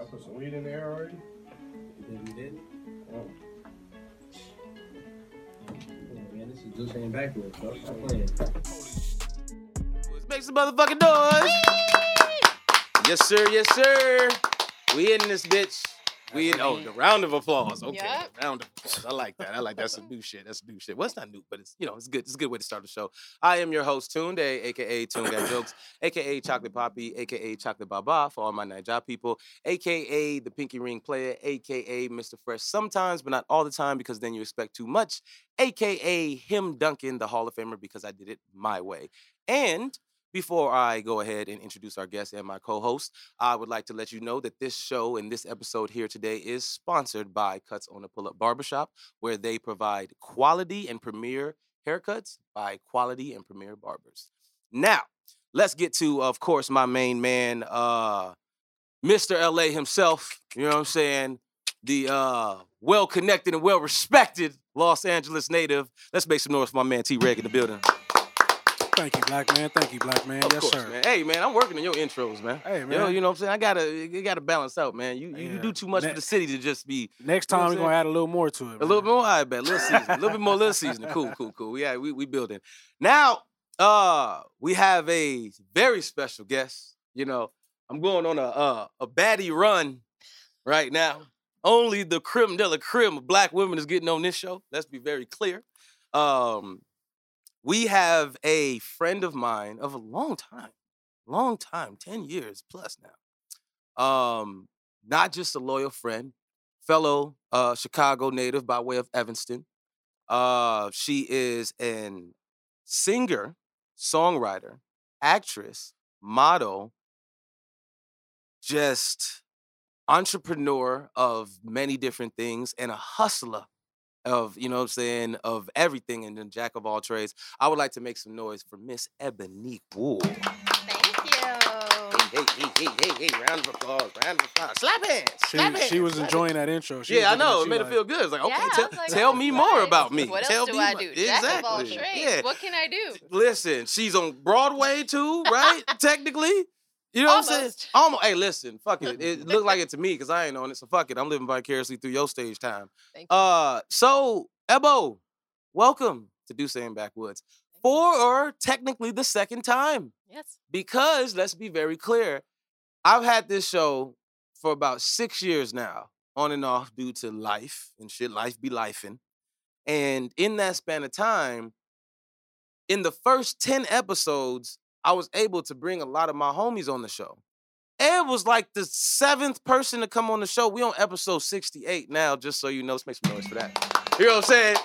I put some weed in there already. Think you did? Oh, Yeah, Oh, man, this is just hanging back with, bro. Stop playing. Make some motherfucking noise. yes, sir. Yes, sir. We in this bitch. We in. Oh, the round of applause. Okay, Yup. round of applause. I like that. I like that. that's some new shit. That's new shit. Well, it's not new, but it's you know it's good. It's a good way to start the show. I am your host Tune Day, aka Tune Got Jokes, aka Chocolate Poppy, aka Chocolate Baba for all my night job people, aka the Pinky Ring Player, aka Mr. Fresh. Sometimes, but not all the time, because then you expect too much. Aka him Duncan, the Hall of Famer, because I did it my way. And before I go ahead and introduce our guest and my co host, I would like to let you know that this show and this episode here today is sponsored by Cuts on a Pull Up Barbershop, where they provide quality and premier haircuts by quality and premier barbers. Now, let's get to, of course, my main man, uh, Mr. LA himself. You know what I'm saying? The uh, well connected and well respected Los Angeles native. Let's make some noise for my man T Reg in the building. Thank you, black man. Thank you, black man. Of yes, course, sir. man. Hey, man, I'm working on your intros, man. Hey, You know, man. you know what I'm saying? I gotta, it gotta balance out, man. You, you, you do Yeah. too much for Ne- the city to just be Next You know what time I'm we're gonna add a little more to it. a little bit more. I bet, little season, a little bit more, little season. Cool, cool, cool. Yeah, we we building now. Uh, we have a very special guest. You know, I'm going on a uh, a baddie run right now. Only the crim de la crim of black women is getting on this show. Let's be very clear. Um, we have a friend of mine of a long time, long time, 10 years plus now. Um, not just a loyal friend, fellow uh, Chicago native by way of Evanston. Uh, she is an singer, songwriter, actress, model, just entrepreneur of many different things and a hustler of, you know what I'm saying, of everything and a jack of all trades. I would like to make some noise for Miss Ebony Wool. Thank you. Hey, hey, hey, hey, hey, round of applause, round of applause. Slap hands, She, slap hands. she was slap hands. enjoying that intro. She was yeah, I looking at know. It you made her like, feel good. It's like, okay, Yeah, I tell, was like, tell "Oh, me nice. more about me. What tell else do me I mo- do? Exactly. Jack of all trades. Yeah. What can I do? Listen, she's on Broadway too, right? Technically. You know what I'm saying? Almost. Almost. Hey, listen, fuck it. It looked like it to me because I ain't on it, so fuck it. I'm living vicariously through your stage time. Thank you. Uh, so Ebo, welcome to Do Saying Backwoods for or technically the second time yes. because let's be very clear, I've had this show for about six years now, on and off, due to life and shit. Life be lifing, and in that span of time, in the first ten episodes, I was able to bring a lot of my homies on the show. Ed was like the seventh person to come on the show. We on episode 68 now, just so you know. Let's make some noise for that. You know what I'm saying?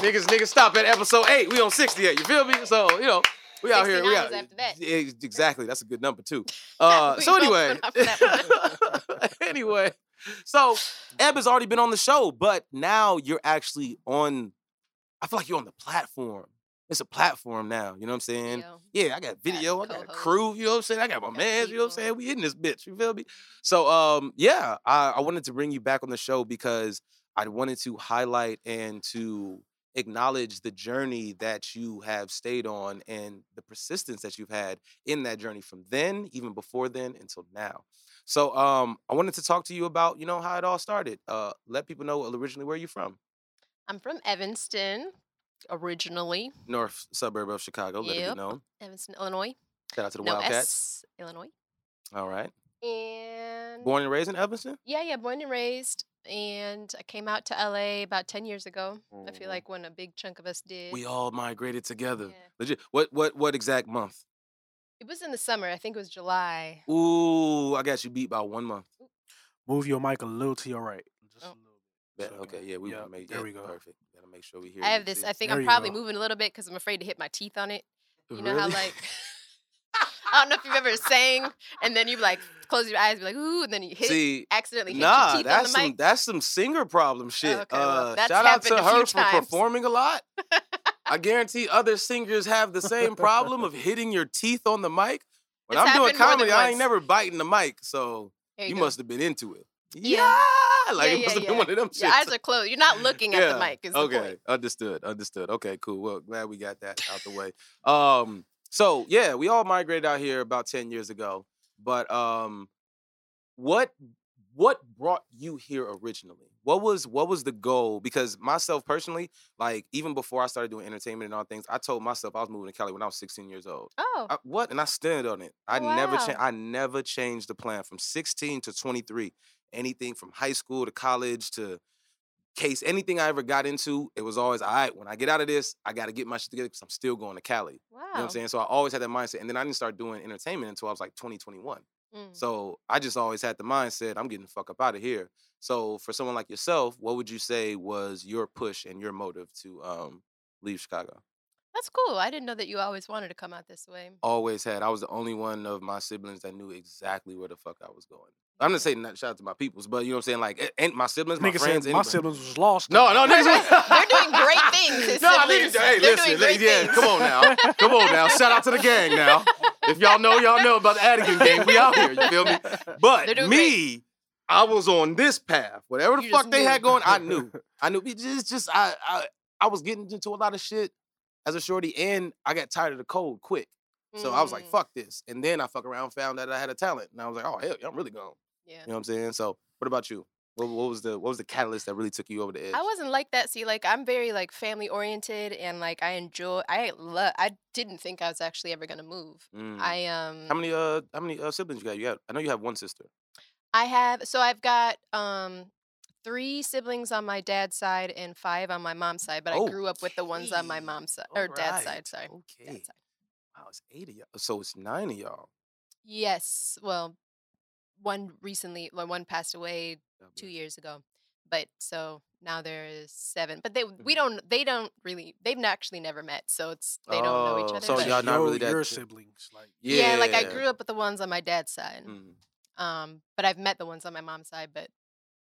Niggas, niggas stop at episode eight. We on 68. You feel me? So, you know, we out here. We 69 out. was after that. Ex- Exactly. That's a good number too. Uh, We so both anyway. went off that anyway. So Eb has already been on the show, but now you're actually on I feel like you're on the platform. It's a platform now. You know what I'm saying? You know, Yeah, I got video, I got a co-hosts. crew, you know what I'm saying? I got my Got mans, you know what I'm people. saying? We in this bitch, you feel me? So um yeah, I, I wanted to bring you back on the show because I wanted to highlight and to acknowledge the journey that you have stayed on and the persistence that you've had in that journey from then, even before then until now. So um I wanted to talk to you about, you know, how it all started. Uh let people know originally where you're from. I'm from Evanston originally, North suburb of Chicago, let it be Yep. known. Evanston, Illinois. Shout out to the No Wildcats. S, Mm-hmm. Illinois. All right. And Born and raised in Evanston? yeah, yeah, born and raised. And I came out to LA about 10 years ago. I Mhm. feel like when a big chunk of us did. We all migrated together. Yeah. Legit. What what what exact month? It was in the summer. I think it was July. Ooh, I got you beat by one month. Move your mic a little to your right. Just Oh. a little Bet. So, okay, yeah, we yeah, wanna make there yeah, we go. Perfect. Gotta make sure we hear. I you, have this. see. I think There I'm you probably go. moving a little bit because I'm afraid to hit my teeth on it. You know how Really? like I don't know if you've ever sang and then you like close your eyes and be like ooh and then you hit it, See, accidentally hit your nah, teeth that's on the some mic. that's some singer problem shit. Okay, well, uh, that's shout out to happened a few her for times. performing a lot. I guarantee other singers have the same problem of hitting your teeth on the mic. When It's I'm doing happened more than comedy, I ain't once. never biting the mic, so There you go. must have been into it. Yeah, Yeah. like Yeah, it yeah, must have been yeah. one of them. Your shits. eyes are closed. You're not looking at the mic. Is okay. the point. Understood. Understood. Okay, cool. Well, glad we got that out the way. Um, so yeah, we all migrated out here about 10 years ago. But um what what brought you here originally? What was what was the goal? Because myself personally, like even before I started doing entertainment and all things, I told myself I was moving to Cali when I was 16 years old. Oh, I, what? And I stand on it. I never wow. cha- I never changed the plan from 16 to 23. Anything from high school to college to case, anything I ever got into, it was always all right. When I get out of this, I got to get my shit together because I'm still going to Cali. wow. You know what I'm saying? So I always had that mindset. And then I didn't start doing entertainment until I was like 20, 21. Mm. So I just always had the mindset, I'm getting the fuck up out of here. So for someone like yourself, what would you say was your push and your motive to um, leave Chicago? That's cool. I didn't know that you always wanted to come out this way. Always had. I was the only one of my siblings that knew exactly where the fuck I was going. I'm not saying that shout out to my peoples, but you know what I'm saying? Like, a- and my siblings, my Nigga said friends, my anybody. siblings was lost. No, no, Right, niggas. right. They're doing great things as Nah, siblings. niggas- hey, They're listen, doing great li- yeah, things. come on now, come on now. Shout out to the gang now. If y'all know, y'all know about the Attican gang. We out here, you feel me? They're But me, doing I was on this path. Whatever the You fuck just they had knew. going, I knew. I knew. It's just, just I, I, I was getting into a lot of shit as a shorty, and I got tired of the cold quick. So I was like, Mm, fuck this. And then I fuck around, found out I had a talent, and I was like, oh hell, yeah, I'm really gone. Yeah. You know what I'm saying? So what about you? What, what was the what was the catalyst that really took you over the edge? I wasn't like that. See, like I'm very like family oriented, and like I enjoy. I love. I didn't think I was actually ever gonna move. Mm. I um. How many uh how many uh, siblings you got? You got I know you have one sister. I have. So I've got um. Three siblings on my dad's side and five on my mom's side, but Oh, I grew up with the ones on my gee. mom's side or dad's side. Sorry, Okay. dad's side. Wow, it's eight of y'all. So it's nine of y'all. Yes. Well, one recently, well, one passed away God two bless. years ago. But so now there is seven. But they we Mhm. don't they don't really they've n- actually never met, so it's they don't know each Oh, other. so but- y'all not Your- really that your ch- siblings. Like yeah. like I Yeah. grew up with the ones on my dad's side. Mm. Um, but I've met the ones on my mom's side, but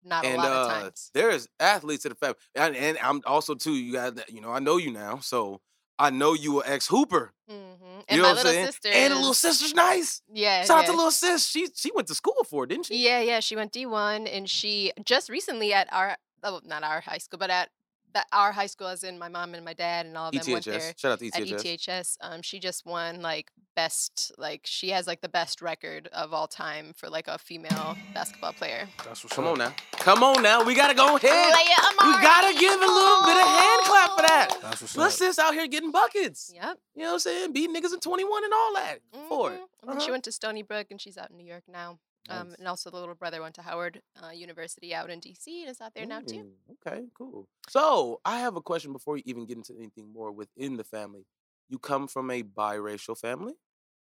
not And a lot of uh, times. there's athletes in the family, and, and I'm also too. You got you know I know you now, so I know you an ex hooper. Mm-hmm. You And know my what I'm little saying? sister And the little is- sister's nice. Yeah. Shout out yeah. to little sis. She she went to school for it, didn't she? Yeah, yeah. She went D one, and she just recently at our oh, not our high school, but at the, our high school, as in my mom and my dad and all of them E went there ETHS. Shout out to at ETHS. ETHS. Um, she just won like best, like she has like the best record of all time for like a female basketball player. that's what's Come up. on now, come on now. We gotta go ahead. We gotta give a little bit of hand clap for that. That's what's Plus, up. sis out here getting buckets. Yep. You know what I'm saying? Beating niggas in 21 and all that. For mhm. it. And then Uh-huh. she went to Stony Brook, and she's out in New York now. Um, Nice. and also the little brother went to Howard uh, University out in DC and is out there now too. Ooh, Okay, cool. So I have a question before you even get into anything more within the family. You come from a biracial family?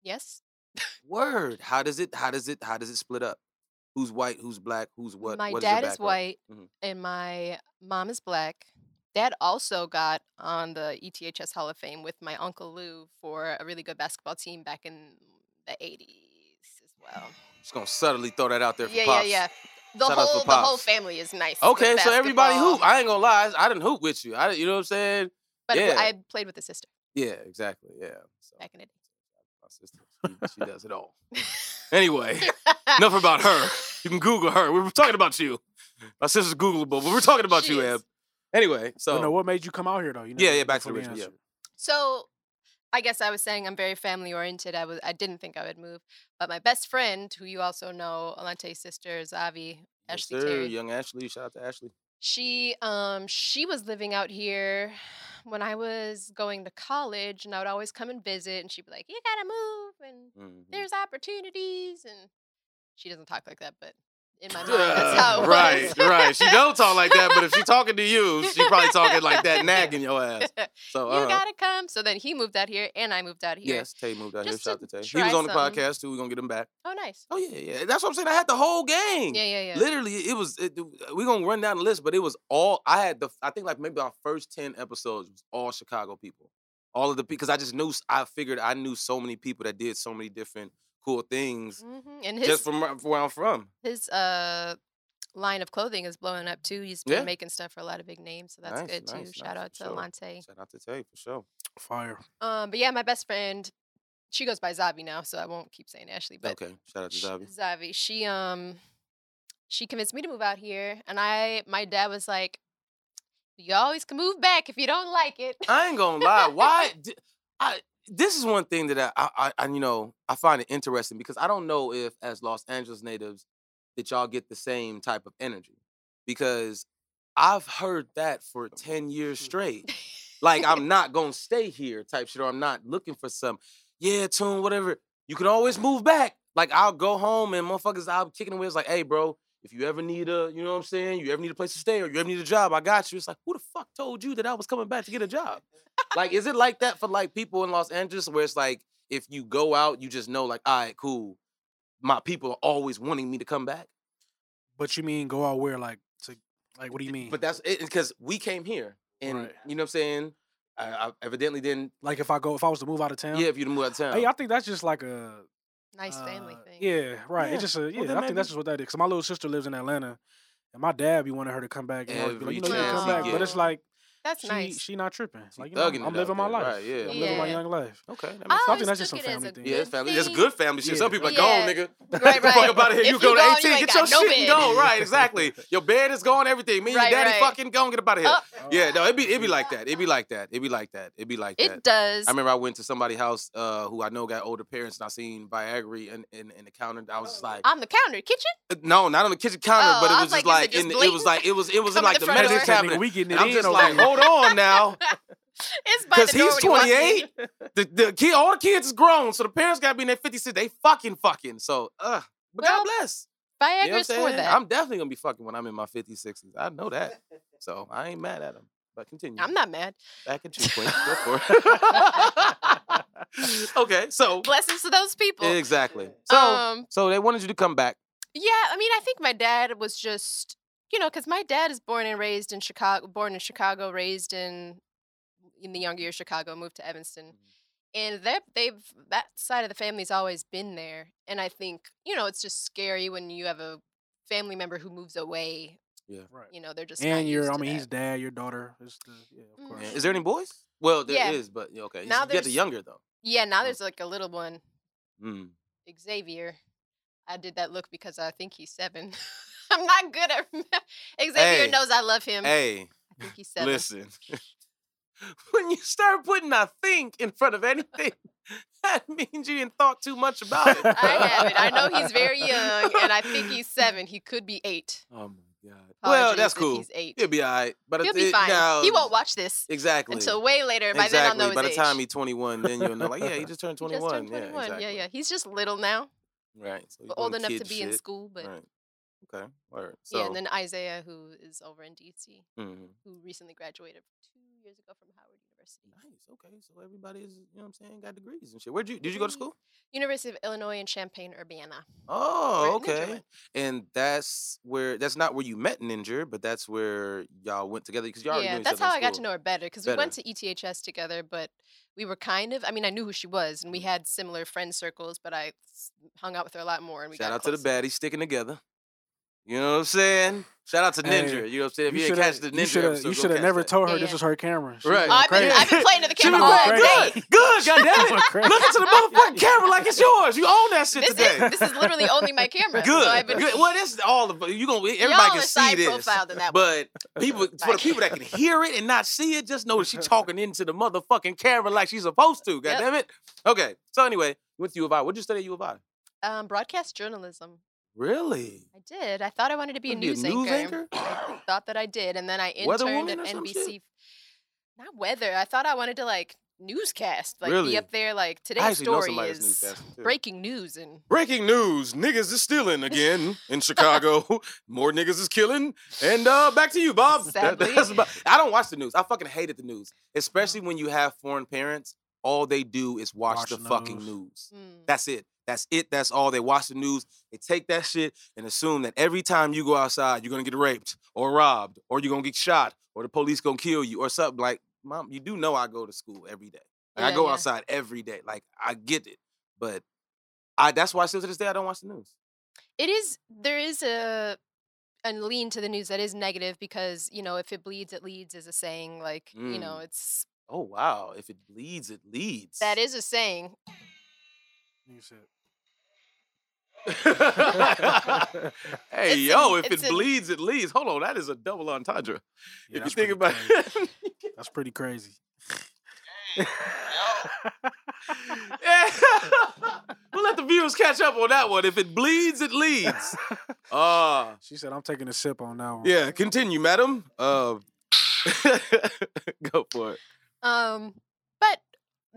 Yes. Word. How does it how does it how does it split up? Who's white, who's black, who's what? my what your dad is, background? white Mhm. and my mom is black. Dad also got on the E ETHS Hall of Fame with my uncle Lou for a really good basketball team back in the 80s as well. Just gonna subtly throw that out there for yeah, pops. yeah, yeah. The Shout out for whole the whole Pops. family is nice. with Okay, so everybody basketball, hoop. I ain't gonna lie, I didn't hoop with you. I you know what I'm saying? but w- yeah. I played with a sister Yeah, exactly. Yeah. So back in the my sister, she, she does it all. day. Anyway. Enough about her. You can Google her. We were talking about you. My sister's Googleable, but we're talking about She you, is. Ab. Anyway, so But no, what made you come out here though? You Yeah, never- yeah, back to the before you original, yeah. answered. So I guess I was saying I'm very family oriented. I was I didn't think I would move. But my best friend, who you also know, Alante's sister, Zavi, Yes, Ashley sir, Terry. young Ashley. Shout out to Ashley. She um she was living out here when I was going to college and I would always come and visit and she'd be like, You gotta move and Mhm. there's opportunities and she doesn't talk like that, but in my mind that's how it was. right, right. She don't talk like that, but if she talking to you, she probably talking like that, nagging your ass. So uh-huh. You gotta come. So then he moved out here and I moved out here. yes, Tay moved out Just here. Shout to out to Tay. He try was on the something. podcast too. We're gonna get him back. Oh nice. Oh yeah, yeah. That's what I'm saying. I had the whole gang. Yeah, yeah, yeah. Literally, it was. It, we're gonna run down the list, but it was all I had. The I think like maybe our first ten episodes was all Chicago people, all of the because I just knew s- I figured I knew so many people that did so many different cool things hmm And his just from, where- from where I'm from. his uh line of clothing is blowing up too. He's been Yeah. making stuff for a lot of big names, so that's Nice, good too. nice, Shout nice, out to for sure. Alante. Shout out to Tay for sure. Fire. Um, but yeah, my best friend, she goes by Zavi now, so I won't keep saying Ashley. But okay, shout out to sh- Zavi. Zavi, she um, she convinced me to move out here, and I, my dad was like, "You always can move back if you don't like it." I ain't gonna lie. Why? d- I this is one thing that I, I, I, you know, I find it interesting because I don't know if as Los Angeles natives, that y'all get the same type of energy because I've heard that for 10 years straight. Like I'm not gonna stay here type shit, or I'm not looking for some, yeah, tune, whatever. You can always move back. Like I'll go home and motherfuckers, I'll be kicking away. It's like, hey, bro, if you ever need a, you know what I'm saying, you ever need a place to stay or you ever need a job, I got you. It's like, who the fuck told you that I was coming back to get a job? like, is it like that for like people in Los Angeles where it's like if you go out, you just know, like, all right, cool. My people are always wanting me to come back. But you mean go out where? Like, to, like what do you mean? But that's it because we came here, and Right. you know what I'm saying. I, I evidently didn't. like if I go, if I was to move out of town. Yeah, if you'd move out of town. Hey, I think that's just like a nice family uh, thing. Yeah, right. Yeah. It's just a yeah. then I think maybe- that's just what that is. Cause my little sister lives in Atlanta, and my dad be wanting her to come back. And always be Every like, you know, you can chance come he back, but it's get. like That's she nice. she not tripping. She like you know, I'm, thugging it I'm out living my there, life. right, yeah. I'm living my Yeah. young life. okay, that makes I I always think that's just took a it as family a thing. good yeah, it's family. That's thing. good family shit. Yeah. Some people like, Yeah. go on, nigga. Right, Get the fuck right. up out of here. If you go you gone, to you 18, ain't get got your no shit and bed. go. Right, exactly. Your bed is gone, everything. Me and Right, your daddy right. fucking go and get up out of here. Oh. yeah, no, it'd be, it be like that. It'd be like that. It'd be like that. It'd be like that. It does. I remember I went to somebody's house uh, who I know got older parents, and I seen Viagra in, in, in the counter. and I was just like, uh, on the counter, kitchen. no, not on the kitchen counter, Oh, but it I was, was just like, like, is it in just the, it was like it was it was in Come in like the the, front medicine door? Like, nigga, cabinet. we getting And it I'm in just over like, here. hold on now, It's by because the door he's when he walks in. 28. The, the kid, all the kids is grown, so the parents gotta be in their 56. They fucking fucking. So, uh, but Well, God bless. You know what I'm Viagra's for saying? that. I'm definitely gonna be fucking when I'm in my 50s, 60s. I know that. So I ain't mad at him. But continue. I'm not mad. back at you, Queen. Go for it. okay, so Blessings to those people. exactly. So, um, so they wanted you to come back. Yeah, I mean, I think my dad was just, you know, because my dad is born and raised in Chicago, born in Chicago, raised in in the younger years Chicago, moved to Evanston, Mhm. and that they've that side of the family's always been there. And I think you know it's just scary when you have a family member who moves away. Right. You know, they're just not And your, used I to mean, that. he's dad, your daughter. It's the, yeah, of Mm. course. Yeah, Is there any boys? Well, there is, Yeah. but yeah, okay. you Now get the there's- younger though. yeah. Now Mm. there's like a little one, Mm. Xavier. I did that look because I think he's seven. I'm not good at remem- Xavier Hey. knows I love him. Hey, I think he's seven. listen. when you start putting "I think" in front of anything, that means you didn't thought too much about it. I have it. I know he's very young, and I think he's seven. He could be eight. Oh my god. well, Apologies that's if cool. He's eight. He'll be all right. But He'll be fine. he won't watch this eh, Exactly. until way later. By exactly. then, I'll know his By the age. time he's 21, then you'll know. Like, yeah, he just turned He 21. just turned 21. Yeah, exactly. yeah, yeah. He's just little now, Right. So he's but doing old enough to kid be in shit. school. But Right. Okay. All right. So, yeah, and then Isaiah, who is over in DC, mhm. who recently graduated two years ago from Howard University, nice. Okay. So everybody is, you know what I'm saying, got degrees and shit. Where'd you, did you go to Mhm. school? University of Illinois in Champaign Urbana. Oh, Right, Ninja okay. went. And that's where, that's not where you met Ninja, but that's where y'all went together because y'all already yeah, knew each that's other in how I got to school. know her better because we went Better. to E ETHS together, but we were kind of, I mean, I knew who she was and we Mm. had similar friend circles, but I s- hung out with her a lot more. And we Shout got out to the closer. baddies sticking together. You know what I'm saying? Shout out to Hey, Ninja. you know what I'm saying? If you, didn't shoulda- catch the you Ninja shoulda- episode, you go should have catch never that. told her Yeah, this yeah. was her camera. She Right. went Oh, I've, crazy. been, I've been playing to the She camera was all like, day. good, good, goddamn Went it. crazy. Look at the motherfucking camera like it's yours. You own that shit This today. is, this is literally only my camera. good. So I've been, good. Well, this is all of you gonna everybody y'all can are see side this. profiled in that one. But people for the people that can hear it and not see it, just know that she's talking into the motherfucking camera like she's supposed to. God Yep. damn it. Okay. So anyway, you went to U of I. What'd you study at U of I? Um, broadcast journalism. Really? I did. I thought I wanted to be a, Wanna be news, anchor? Thought that I did. And then I Weather interned woman at or some shit? NBC. Not weather. I thought I wanted to like newscast, like Really? be up there, like I today's actually know story somebody that's is newscasting, too. breaking news and Breaking news: Niggas is stealing again in Chicago. More niggas is killing. And uh, back to you, Bob. That- Sadly. Mm. that's about- I don't watch the news. I fucking hated the news, especially when you have foreign parents. All they do is watch, Watch the the fucking news. news. Mm. That's it. That's it. That's all. They watch the news. They take that shit and assume that every time you go outside, you're gonna get raped or robbed or you're gonna get shot or the police gonna kill you or something. Like, mom, you do know I go to school every day. Like, I Yeah, go yeah. outside every day. Like, I get it, but I that's why still to this day I don't watch the news. it is there is a a lean to the news that is negative because you know if it bleeds it leads is a saying like you know Mm. it's Oh wow! If it bleeds, it leads. that is a saying You said- hey It's yo! an- if it's it an- bleeds, it leads. Hold on, that is a double entendre. if Yeah, you that's think about pretty crazy. it. That's pretty crazy. we'll let the viewers catch up on that one. If it bleeds, it leads. Ah, she said, I'm taking a sip on that one. yeah. Continue, madam. Uh, go for it. Um, but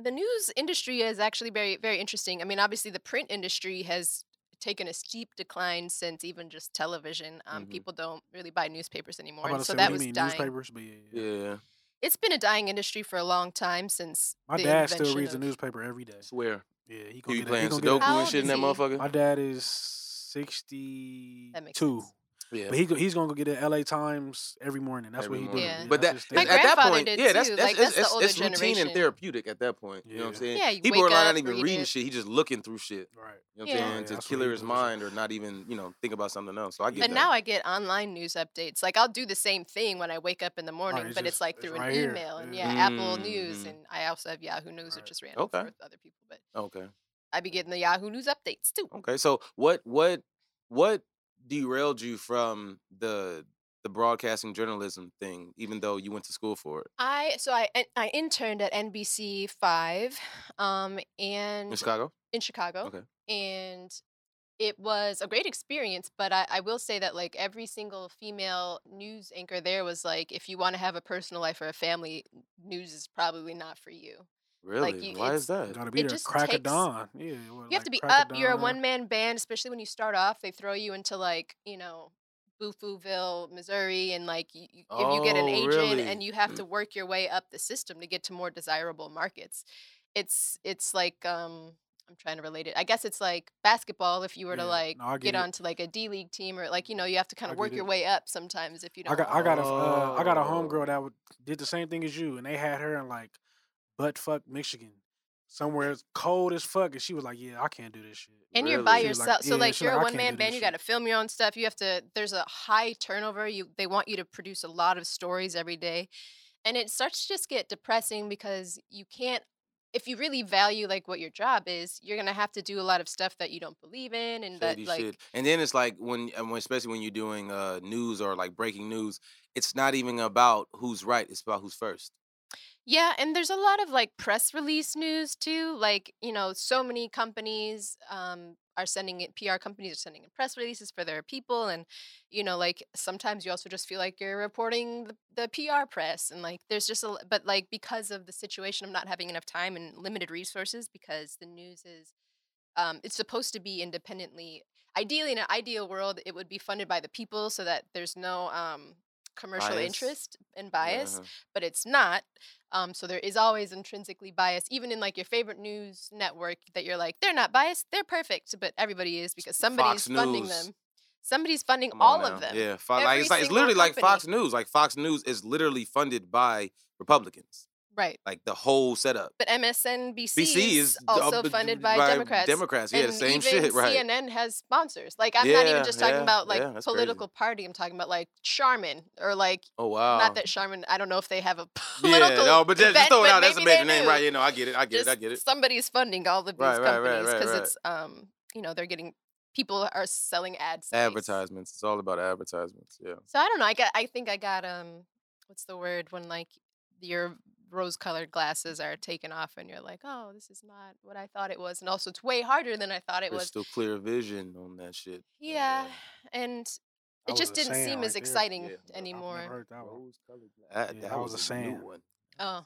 the news industry is actually very, very interesting. I mean, obviously, the print industry has taken a steep decline since even just television. Um, Mhm. People don't really buy newspapers anymore, Mm-hmm. I'm about and to so say, that what was do you mean, dying. newspapers? But yeah, yeah. Yeah, It's been a dying industry for a long time since My the dad still invention reads of- the newspaper every day. swear. Yeah, he You be gonna get it. He playing gonna get it. Sudoku How and old shit in is that he? My motherfucker? dad is sixty-two, That makes sense. Yeah. but he go- he's gonna go get it. L.A. Times every morning. That's Every what he morning. does. Yeah. But that, that's his My at thing. that grandfather point, did yeah, that's too. that's, Like, it's, that's the it's, older it's routine and generation. therapeutic at that point. You know what I'm Yeah. saying? Yeah, you People wake are not, up, even read reading it. shit. He just looking through shit. right. You know what I'm Yeah. saying? Yeah, to that's what clear he his does. mind or not even, you know, think about something else. So I get And that. now I get online news updates. Like I'll do the same thing when I wake up in the morning, Oh, it's but just- it's like it's through right an here. email and Yeah. yeah, Apple News, Mm. and I also have Yahoo News, Right. which is random Okay. for other people. But okay. I be getting the Yahoo News updates too. Okay. So what what what derailed you from the the broadcasting journalism thing, even though you went to school for it I so I en- I interned at NBC Five, um, and in Chicago? in Chicago. Okay. And it was a great experience, but I, I will say that like every single female news anchor there was like, if you want to have a personal life or a family, news is probably not for you. Really? you- Why it's- is that? Gotta be It there. just Crack of takes- dawn. Yeah, what, You have like to be crack up. of You're a dawn? one man band, especially when you start off. They throw you into like you know, Boofooville, Missouri, and like you, you- if you get an Oh, agent really? and you have to Mm. work your way up the system to get to more desirable markets. It's it's like um I'm trying to relate it. I guess it's like basketball. If you were to Yeah, like no, I get get it. onto like a D league team or like you know you have to kind I of get work your it. way up sometimes if you don't. I got I got a uh, I got a Oh. homegirl that would, did the same thing as you, and they had her in like butt fuck Michigan, somewhere as cold as fuck, and she was like, "Yeah, I can't do this shit." and you're by She Really? was like, yourself so yeah, like she you're like, "I a can't one man do band this you shit." got to film your own stuff you have to there's a high turnover you they want you to produce a lot of stories every day and it starts to just get depressing because you can't if you really value like what your job is you're going to have to do a lot of stuff that you don't believe in and Shady that like shit. And then it's like when, and when- especially when you're doing uh, news or like breaking news, it's not even about who's right; it's about who's first. Yeah, and there's a lot of like press release news too. Like, you know, so many companies um, are sending it, PR companies are sending in press releases for their people. And, you know, like sometimes you also just feel like you're reporting the, the PR press. And like, there's just a, l- but like because of the situation of not having enough time and limited resources, because the news is, um, it's supposed to be independently. Ideally, in an ideal world, it would be funded by the people so that there's no um, commercial Bias? interest and Yeah, bias uh-huh. but it's not. Um, so there is always intrinsically bias, even in like your favorite news network that you're like, they're not biased, they're perfect, but everybody is because somebody's Fox funding News. them. Somebody's funding Come on all of now. them. Yeah, Fo- like Every it's like it's single literally like company. Fox News. Like Fox News is literally funded by Republicans. Right. Like the whole setup. But MSNBC BC is d- also uh, b- funded d- by, Democrats. Democrats, yeah, and the same even shit, right? CNN has sponsors. Like I'm not Yeah, even just talking yeah, about like yeah, that's crazy. political party. I'm talking about like Charmin or like Oh wow. not that Charmin. I don't know if they have a yeah, political. no, but just, just event, throw it out. That's a maybe they major name, do. right? You know, I get it. I get just it. I get it. somebody's funding all of these Right, right, right, companies right, because right. it's um you know they're getting people are selling ads Advertisements. It's all about advertisements. Yeah. so i don't know i got i think i got um what's the word when like your rose colored glasses are taken off and you're like oh this is not what i thought it was and also it's way harder than i thought it was Crystal clear vision on that shit. yeah and That it was just a didn't saying seem right as there. exciting Yeah, I've never I've never anymore heard that one. That, Yeah, that that was, was a a new saying. one. oh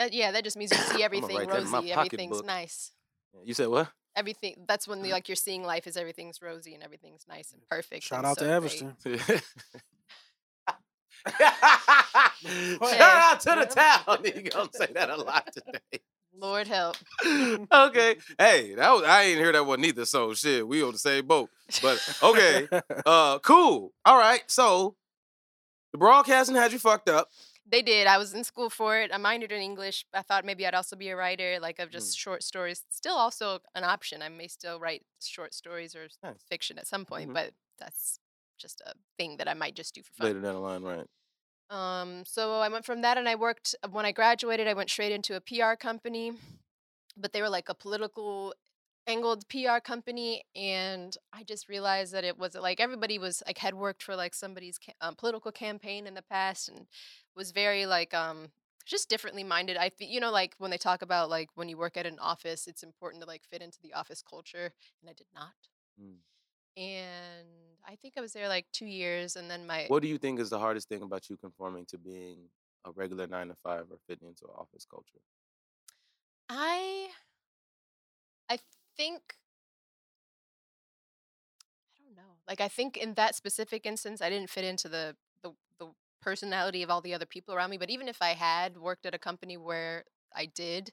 that, yeah that just means you see everything write that in my rosy everything's pocketbook. nice You said what? everything that's when Mm-hmm. like you're seeing life is everything's rosy and everything's nice and perfect Shout and out so to great. Everston. Shout out to the town. You gonna say that a lot today? lord help okay. Hey, that was I ain't hear that one either. So shit, we on the same boat. But okay. Uh, cool. All right. So the broadcasting had you fucked up. they did i was in school for it i minored in english i thought maybe i'd also be a writer like of Mm. just short stories still also an option i may still write short stories or s- Nice. fiction at some point Mhm. Mm-hmm. but that's just a thing that i might just do for fun Later down the line, right? um, so I went from that and I worked uh, when I graduated, I went straight into a PR company, but they were like a political angled PR company and I just realized that it wasn't like everybody was like had worked for like somebody's ca- um, political campaign in the past and was very like um just differently minded. I think you know, like when they talk about like when you work at an office, it's important to like fit into the office culture, and I did not. Mm. And I think I was there like two years, and then my What do you think is the hardest thing about you conforming to being a regular nine to five or fitting into an office culture? I I think I don't know. Like I think in that specific instance I didn't fit into the the the personality of all the other people around me, but even if I had worked at a company where I did,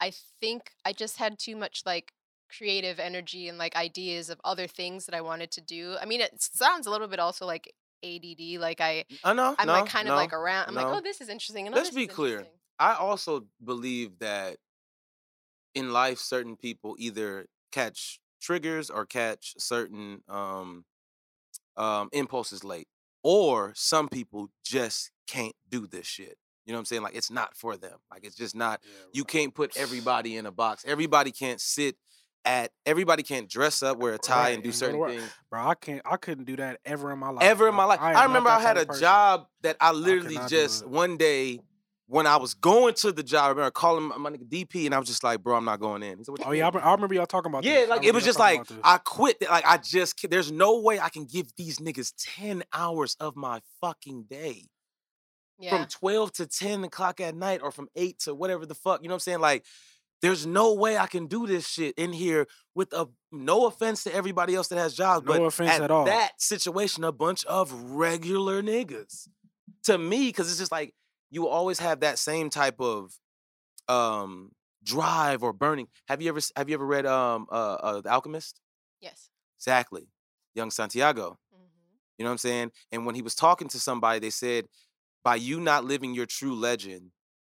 I think I just had too much like creative energy and like ideas of other things that I wanted to do. I mean, it sounds a little bit also like ADD like I I know. I'm uh, no, like kind no. of like around I'm no. like oh this is interesting and oh, Let's this be is clear. interesting. I also believe that in life, certain people either catch triggers or catch certain um, um, impulses late, or some people just can't do this shit. You know what I'm saying? Like it's not for them. Like it's just not. You can't put everybody in a box. Everybody can't sit at. Everybody can't dress up, wear a tie, Right, and do and go to certain work. things. Bro, I can't. I couldn't do that ever in my life. ever in bro. my life. am I, not remember I that had type a of person. job that I literally cannot do just it. one day when I was going to the job, I remember calling my, my nigga DP and I was just like, bro, I'm not going in. He said, "What you Oh yeah, I, doing?" rem- I remember y'all talking about. yeah, this. I like it remember was y'all just talking like about this. I quit. that- Like I just ca- there's no way I can give these niggas ten hours of my fucking day Yeah. from twelve to ten o'clock at night or from eight to whatever the fuck. You know what I'm saying? Like there's no way I can do this shit in here with a no offense to everybody else that has jobs, No but offense at all. That situation, a bunch of regular niggas. To me, because it's just like you always have that same type of um drive or burning. Have you ever s- have you ever read um uh, uh The Alchemist? Yes. Exactly. Young Santiago. Mhm. You know what I'm saying? And when he was talking to somebody, they said, by you not living your true legend,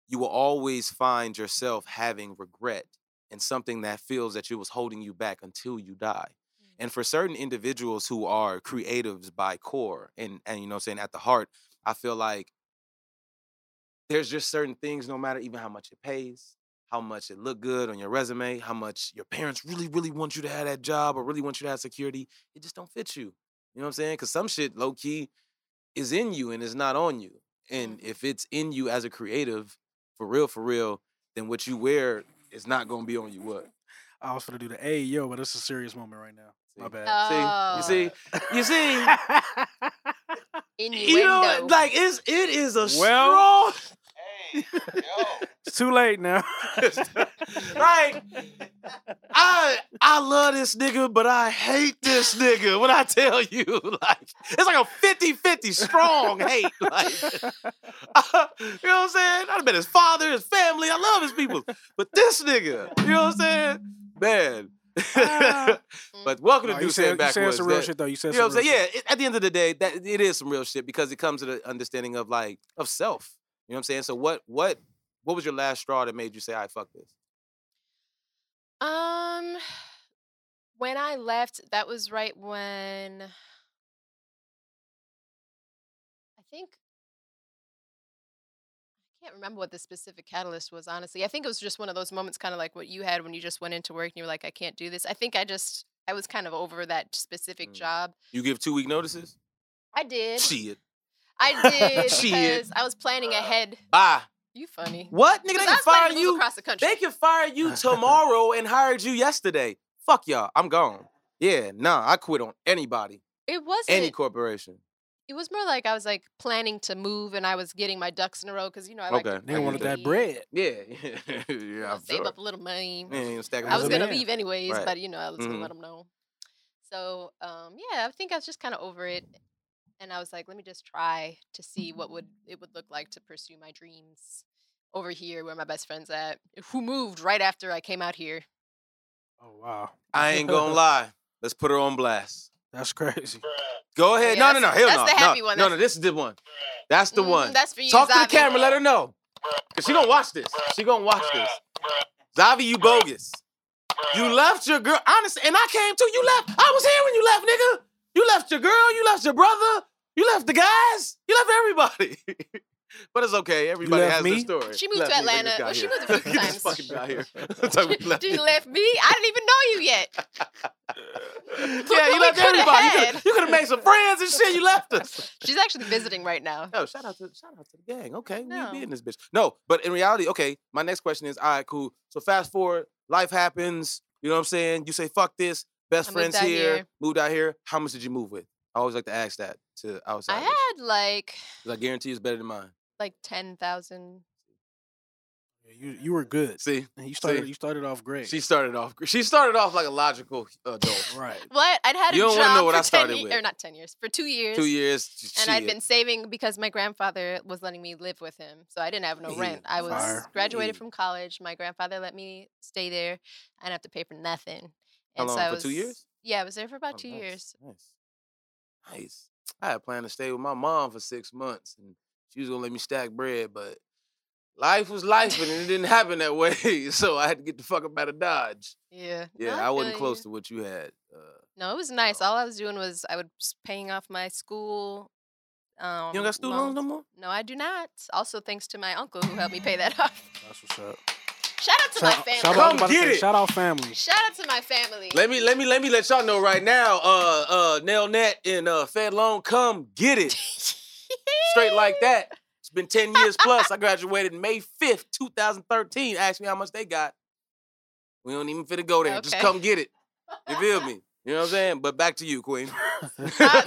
you will always find yourself having regret and something that feels that you was holding you back until you die. Mm. And for certain individuals who are creatives by core and and you know what I'm saying at the heart, I feel like there's just certain things, no matter even how much it pays, how much it look good on your resume, how much your parents really, really want you to have that job or really want you to have security, it just don't fit you. You know what I'm saying? Because some shit low key is in you and it's not on you. And Mm-hmm. Mhm. if it's in you as a creative, for real, for real, then what you wear is not gonna be on you. What? I was gonna do the hey yo, but it's a serious moment right now. My See? bad. Oh. See? You see? You see? Innuendo. you know, like it's it is a Well- strong it's too late now. like I I love this nigga, but I hate this nigga. When I tell you, like it's like a 50-50 strong hate. Like uh, you know what I'm saying? I've been his father, his family. I love his people, but this nigga, you know what I'm saying? Man. but welcome No, to Oh, you do saying said, you said backwards. some real that- shit though. You said you know what some I'm real saying? Yeah, it, at the end of the day, that it is some real shit because it comes to the understanding of like of self. You know what I'm saying? So what what what was your last straw that made you say, "I fuck this"? um, when I left, that was right when I think I can't remember what the specific catalyst was. Honestly, I think it was just one of those moments, kind of like what you had when you just went into work and you were like, "I can't do this." I think I just I was kind of over that specific Mm. job. You give two week notices? I did. Shit, I did Shit. because I was planning ahead. bye. You funny. What uh, nigga? They Because can I was planning fire to move you. across the country. They can fire you tomorrow and hired you yesterday. Fuck y'all. I'm gone. Yeah, nah. I quit on anybody, it wasn't any corporation. it was more like I was like planning to move and I was getting my ducks in a row because you know I like Okay. to I Nigga wanted get that that. bread. Yeah, yeah. you yeah know, I'm save sure. up a little money. Man, you stacking I as was a gonna man. leave anyways, Right. but you know I was Mhm. gonna let them know. So um, yeah, I think I was just kind of over it, and I was like, let me just try to see what would it would look like to pursue my dreams over here where my best friends at who moved right after I came out here. Oh wow, I ain't gonna lie. Let's put her on blast. that's crazy. Go ahead. Oh, no, Yeah, no, no. that's- Hell that's no. the happy no, one. no, no. This is the one. That's the Mm, one. That's for you. Talk to the Zavi. camera. Let her know. Cause she gonna watch this. She gonna watch this. Zavi, you bogus. You left your girl. Honestly, and I came too. You left. I was here when you left, nigga. You left your girl. You left your brother. You left the guys. You left everybody. But it's okay. Everybody left has me? their story. She moved Left to me, look Atlanta. at Well, this she guy moved a few here. Get this times. fucking guy here. That's how we left you him. left me. I didn't even know you yet. yeah, we you left everybody. coulda You coulda- had. You could have made some friends and shit. You left us. She's actually visiting right now. No, shout out to shout out to the gang. Okay, we No. be in this bitch. No, but in reality, okay. My next question is, all right, cool. So fast forward, life happens. You know what I'm saying? You say, fuck this. Best I moved friends out here, here. Moved out here. How much did you move with? I always like to ask that to I outsiders. had like 'cause I guarantee it's better than mine. like ten thousand. You you were good. See, And you started See? you started off great. she started off. She started off like a logical adult. right. What? I'd had You a don't wanna job know what for I ten started ye- with. or not ten years for two years. Two years, sh- And I'd shit. been saving because my grandfather was letting me live with him, so I didn't have no Hey, rent. I was fire. graduated Hey. from college. My grandfather let me stay there. I didn't have to pay for nothing. How And so long? I For two was- years? Yeah, I was there for about Oh, two nice, years. Nice. Nice. I had planned to stay with my mom for six months and she was gonna let me stack bread, but life was life and it didn't happen that way. So I had to get the fuck up out of Dodge. Yeah. No, Yeah, I, wasn't feel close you. to what you had. Uh, No, it was nice. Oh. All I was doing was I was paying off my school. Um, you don't got student loans no more? No, I do not. Also, thanks to my uncle who helped me pay that off. That's what's up. Shout out to my Shout- family. shout out- Come I'm about to get say, it. Shout out family. Shout out to my family. Let me let me let me let y'all know right now. Uh uh Nail Net and uh Fed Loan, come get it. Straight like that. It's been 10 years plus. I graduated May 5th, 2013. Ask me how much they got. We don't even fit to go there. Just Okay. come get it. You feel me? You know what I'm saying? But back to you, Queen. Not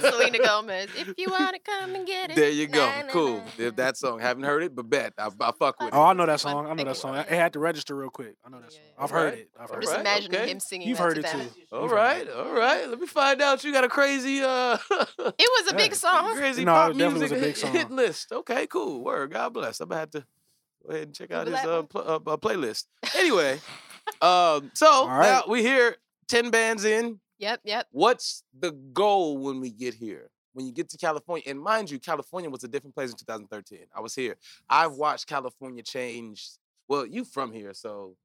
Selena Gomez. If you want to come and get it. There you go. Na, na, Cool. na, If na. that song, haven't heard it, but bet. I, I fuck with it. Oh, I know that Which one? song. I know Pick that one. song. It had to register real quick. I know that Yeah, song. yeah, I've yeah. heard it. I've I'm heard just Alright, it. imagining okay. him singing You've that heard to it them. too. All You've heard right, it. all right. Let me find out. You got a crazy, uh, It was a big song. crazy No, it pop definitely was music a big hit, hit song. list. Okay, cool. Word. God bless. I'm gonna have to go ahead and check out his Google that uh, one. pl- uh, uh, playlist. Anyway, um, so right. now we here. Ten bands in. Yep, yep. What's the goal when we get here? When you get to California, and mind you, California was a different place in 2013. I was here. I've watched California change. Well, you from here, so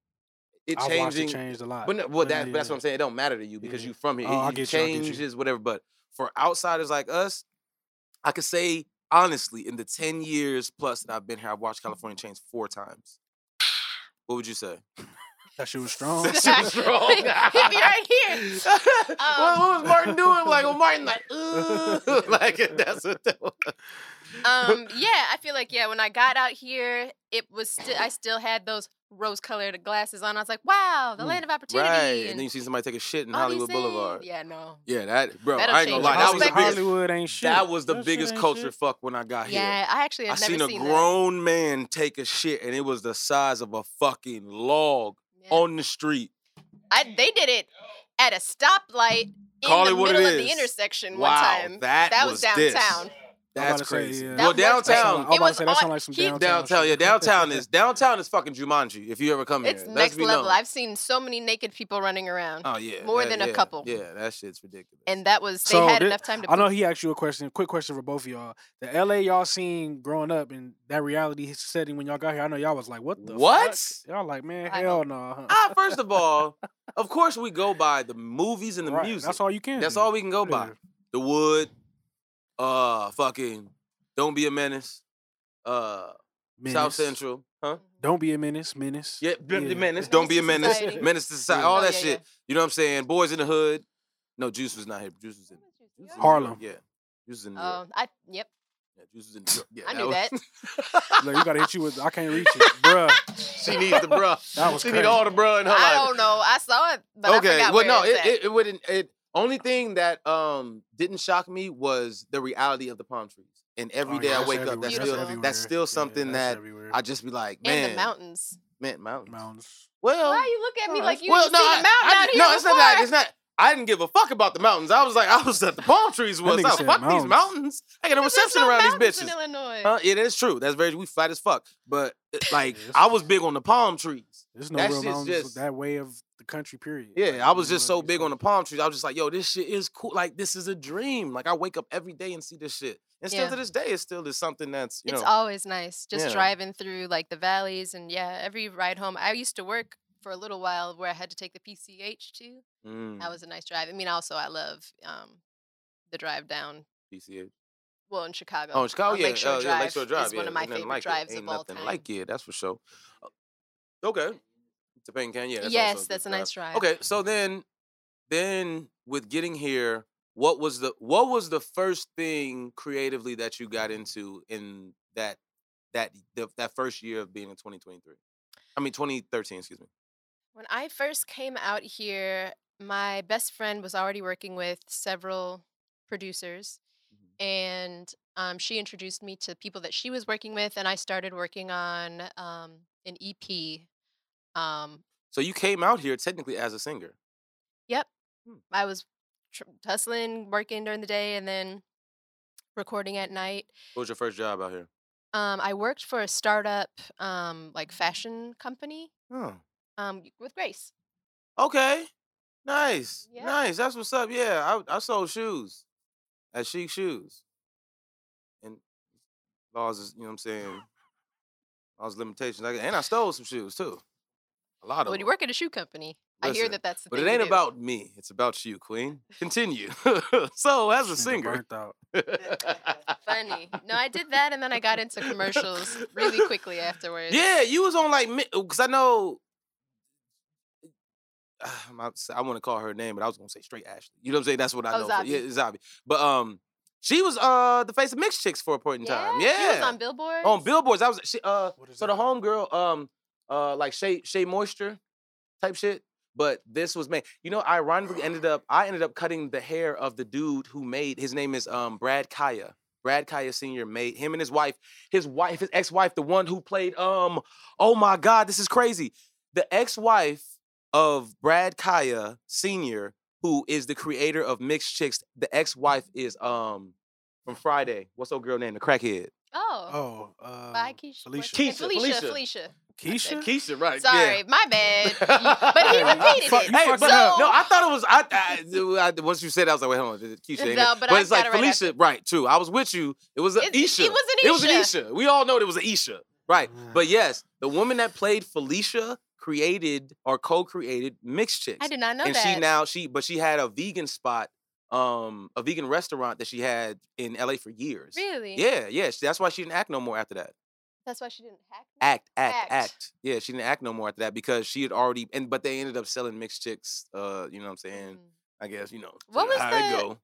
it I've watched it changing. changed a lot. But no, well, that, but that's yeah. what I'm saying. It don't matter to you because Yeah. you from here. Oh, I it get you, I get you. changes whatever. But for outsiders like us, I could say honestly, in the ten years plus that I've been here, I've watched California change four times. What would you say? That shit was strong. That shit was wrong. Hit me right here. what, Um, what was Martin doing? Like, well, Martin, like, "Ugh," like that's what that was. Um, yeah, I feel like yeah. When I got out here, it was still I still had those rose-colored glasses on. I was like, wow, the Mm, land of opportunity. Right, and then you see somebody take a shit in all these Hollywood things. Boulevard. Yeah, no. Yeah, that bro, That'll I ain't gonna change lie. your That was the biggest. perspective. Hollywood ain't shit. That was the That shit biggest ain't culture shit. fuck when I got here. Yeah, I actually I have never seen a seen grown man take a shit and it was the size of a fucking log that. Yeah. on the street. I, they did it at a stoplight in Call the it what it middle of the is. intersection Wow, one time. that was, was this. downtown. I'm about That's to say, crazy. yeah. That Well, was crazy. Sound, downtown, I was It about to was say that on- sound like some he- downtown. downtown, shit. yeah, downtown is downtown is fucking Jumanji. If you ever come It's here, Let's next be level. known. I've seen so many naked people running around, oh yeah, more that- than a yeah, couple. Yeah, that shit's ridiculous. and that was they So had thi- enough time to. I know he asked you a question. Quick question for both of y'all. The LA y'all seen growing up and that reality setting when y'all got here, I know y'all was like, what the What? fuck? Y'all like, man, I hell hope- no. huh? ah, first of all, of course we go by the movies and the Right, music. That's all you can. That's do. all we can go by. Yeah. The Wood, uh, fucking, Don't Be a Menace, uh, South Menace. Central, huh? Don't be a menace, menace. Yeah, b- Yeah. menace. Don't be a Menace menace. to society. Menace to society. Yeah. All Oh, that yeah, shit. yeah. You know what I'm saying? Boys in the hood. No, Juice was not here. Juice was in. Juice was in New York. Harlem. Yeah. Juice was in New York. Oh, I yep. Yeah, Juice was in New York. Yeah, I knew was- Look, you gotta hit you with. I can't reach it, bruh. she needs the bruh. That was she need crazy. all the bruh in her I life. don't know. I saw it, but I okay. well, forgot where no, it's it, at. it, it wouldn't. It only thing that um didn't shock me was the reality of the palm trees. And every day I that's wake up, Oh, everywhere, that's Beautiful. still everywhere. that's still Yeah, something that's that everywhere. I just be like, man, and the mountains. man, mountains. mountains. Well, Why you look at me Oh, like that's- you didn't see the mountain I out didn't- here No, it's not that. before? It's not. I didn't give a fuck about the mountains. I was like, I was at the palm trees That was. nigga I said fuck these mountains. mountains. I got a There's reception no around these mountains bitches. in Illinois. Huh? It is true. That's very. We flat as fuck. But it- like, Yeah, it's- I was big on the palm trees. There's no That real shit's mountains just- that way of the country. Period. Like, Yeah, I was you just know, so it's big on the like- palm trees. I was just like, yo, this shit is cool. Like, this is a dream. Like, I wake up every day and see this shit. And still Yeah. to this day, it still is something that's you it's know. always nice just Yeah. driving through like the valleys and yeah, every ride home. I used to work for a little while where I had to take the PCH too. Mm, That was a nice drive. I mean, also I love um, the drive down. PCH. Well, in Chicago. Oh, in Chicago, on yeah, Lakeshore uh, Drive yeah, Lakeshore Drive is one yeah, of my ain't nothing favorite like it. drives Ain't of all nothing time. Like it, that's for sure. Uh, Okay, Topanga Canyon. Yeah, that's also yes, good that's a drive. nice drive. Okay, so then, then with getting here, what was the what was the first thing creatively that you got into in that that the, that first year of being in 2023? I mean 2013, excuse me. When I first came out here, my best friend was already working with several producers, Mm-hmm. and um, she introduced me to people that she was working with, and I started working on um, an EP. Um, So you came out here technically as a singer. I was tr- hustling, working during the day, and then recording at night. What was your first job out here? Um, I worked for a startup, um, like fashion company, Oh, um, with Grace. okay, nice, Yeah. nice. That's what's up. Yeah, I I sold shoes at Chic Shoes, and laws is you know what I'm saying. Laws limitations, I- and I stole some shoes too. A lot of them. When you work at a shoe company, I hear Oh, Listen, that that's the But thing. it you ain't do. about me. It's about you, Queen. Continue. so, as a Nigga singer, burnt out. funny. No, I did that, and then I got into commercials really quickly afterwards. Yeah, you was on like because I know. I'm not s- I want to call her name, but I was gonna say straight Ashley. You know what I'm saying? That's what I Oh, know. for- Zabi. Yeah, Zabi. But um, she was uh the face of mixed chicks for a point in time. Yeah, She was on Billboard. on billboards. I was she, uh What is so that? the homegirl um uh like Shea Shea Moisture type shit. But this was made. You know, ironically ended up I ended up cutting the hair of the dude who made his name is um Brad Kaya. Brad Kaya Sr. made him and his wife, his wife, his ex-wife, the one who played um, oh my God, this is crazy. The ex-wife of Brad Kaya Sr., who is the creator of Mixed Chicks, the ex-wife is um from Friday. What's old girl name? The crackhead. Oh, Oh, uh, by Keisha. Alicia. Keisha. Keisha, Felicia. Felicia. Uh, Felicia. Keisha? Keisha, right. Sorry, my bad. But he repeated Fuck, it. you Hey, fucked but it up. So- no, I thought it was. I, I, I- once you said, that, I was like, wait, hold on, Keisha. ain't it? No, but I it's like got it right Felicia, right, True, I was with you. It was an It- it- Isha. it was an It was an Isha. Isha. We all know it was an Isha, right? Mm. But yes, the woman that played Felicia created or co-created Mixed Chicks, I did not know and that. she now she but she had a vegan spot, um, a vegan restaurant that she had in L.A. for years. really? Yeah, yeah. she- That's why she didn't act no more after that That's why she didn't hack. me? act, act, act, Act. Yeah, she didn't act no more after that because she had already and but they ended up selling mixed chicks, uh, you know what I'm saying? Mm. I guess, you know. What was how the- it go.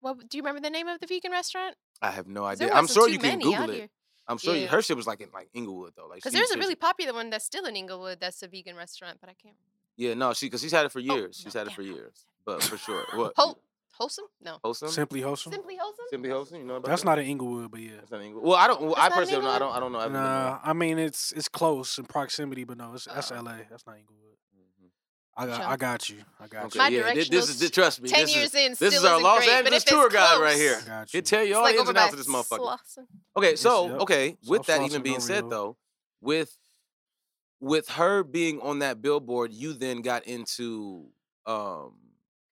What do you remember the name of the vegan restaurant? I have no 'Cause idea. there I'm wasn't sure too you can many Google out it. here. I'm sure you, Yeah. her shit was like in like Inglewood though. Like Because she- there's a she- really popular one that's still in Inglewood. That's a vegan restaurant, but I can't. Yeah, no, she cause she's had it for Oh, years. she's no, had it damn, for no. years. But for sure. What Whole, wholesome? No. wholesome? Simply Wholesome? Simply wholesome. Simply wholesome, you know about That's that? not in Inglewood, but yeah. That's not Inglewood. Well, I don't well, That's I not in personally don't know. I Inglewood? don't I don't know. I haven't been there. Nah, I mean it's it's close in proximity, but no, it's that's Uh, LA. That's not Inglewood. Mhm. I got Sure. I got you. I got Mm-hmm. Okay, My yeah, thi- this is directionals trust me. Ten this years is, in, still this is our isn't Los great, but Angeles if it's tour guide right close, you. here. I got you. It tell you It's all like the ins over and outs by of this motherfucker. Slauson. Okay, Yes, so yep. okay, So with that Floss even and being said Oreo. though, with with her being on that billboard, you then got into um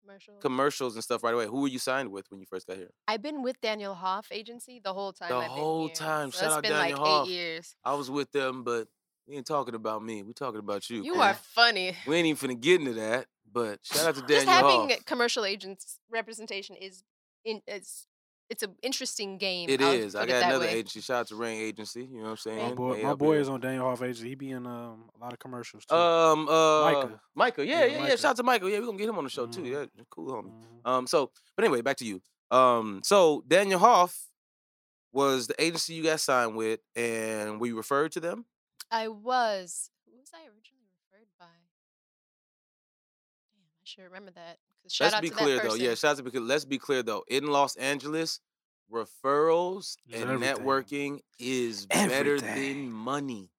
Commercial. commercials and stuff right away. Who were you signed with when you first got here? I've been with Daniel Hoff agency the whole time. The I've been whole here. time. So Shout it's out been Daniel like Hoff. eight years. I was with them, but we ain't talking about me. we talking about you. You Queen. are funny. We ain't even finna get into that. But shout out to Daniel Just having Hoff. commercial agents representation is in it's it's an interesting game. It I'll is. I put got that another way. agency. Shout out to Rain Agency. You know what I'm saying? My boy, They my up boy here. is on Daniel Hoff agency. He be in um, a lot of commercials too. Um, uh, Micah. Michael. Yeah, Yeah, yeah, yeah. Micah. Shout out to Michael. Yeah, we're gonna get him on the show too. Yeah, Mhm. cool homie. Mhm. Um, so, but anyway, back to you. Um, so Daniel Hoff was the agency you got signed with, and were you referred to them? I was who was I originally referred by? Damn, I should remember that. 'cause Shout let's out be to clear that though. person. Yeah, shout out to because let's be clear though. In Los Angeles, referrals Is and everything. networking is better than Everything. money.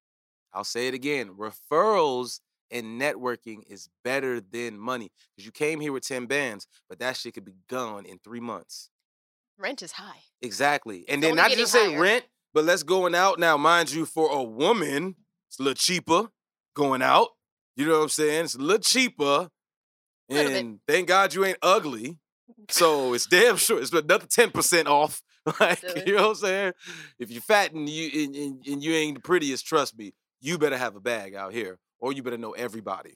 I'll say it again. Referrals and networking is better than money. Because you came here with 10 bands, but that shit could be gone in three months. Rent is high. Exactly. And then So when you're not just getting say hired- rent, but let's going out now, mind you, for a woman, it's a little cheaper going out. You know what I'm saying? It's a little cheaper. Little bit. And thank God you ain't ugly. So it's damn sure it's another 10% off. Like, Silly. you know what I'm saying? If you fat and you and, and, and you ain't the prettiest, trust me, you better have a bag out here. Or you better know everybody.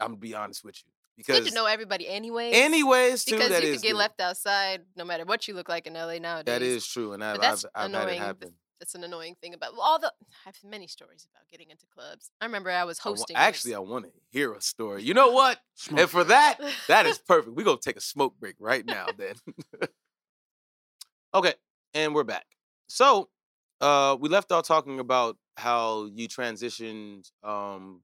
I'm gonna be honest with you. It's because good to know everybody anyways. anyways too because that you is could get good. left outside no matter what you look like in LA nowadays. that is true, and I've that's I've, I've had it annoying, the happen. That's an annoying thing about all the. I have many stories about getting into clubs. I remember I was I wa- hosting. actually, I want to hear a story. You know what? Smoke And for break. that, that is perfect. We're gonna take a smoke break right now, then. okay, and we're back. So uh we left off talking about how you transitioned um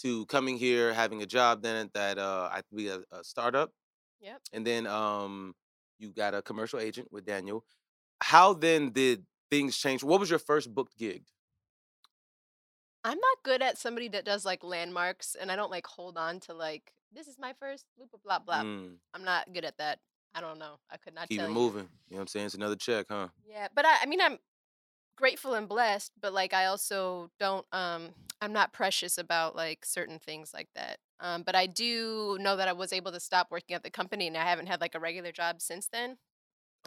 to coming here, having a job then at that uh I we a, a startup. Yep. And then um you got a commercial agent with Daniel. How then did things change? What was your first booked gig? I'm not good at somebody that does like landmarks, and I don't like hold on to like this is my first loop of blah blah. Mm, I'm not good at that. I don't know. I could not keep tell it you. moving. You know what I'm saying? It's another check, huh? Yeah, but I, I mean, I'm grateful and blessed, but like I also don't. Um, I'm not precious about like certain things like that. Um, but I do know that I was able to stop working at the company, and I haven't had like a regular job since then.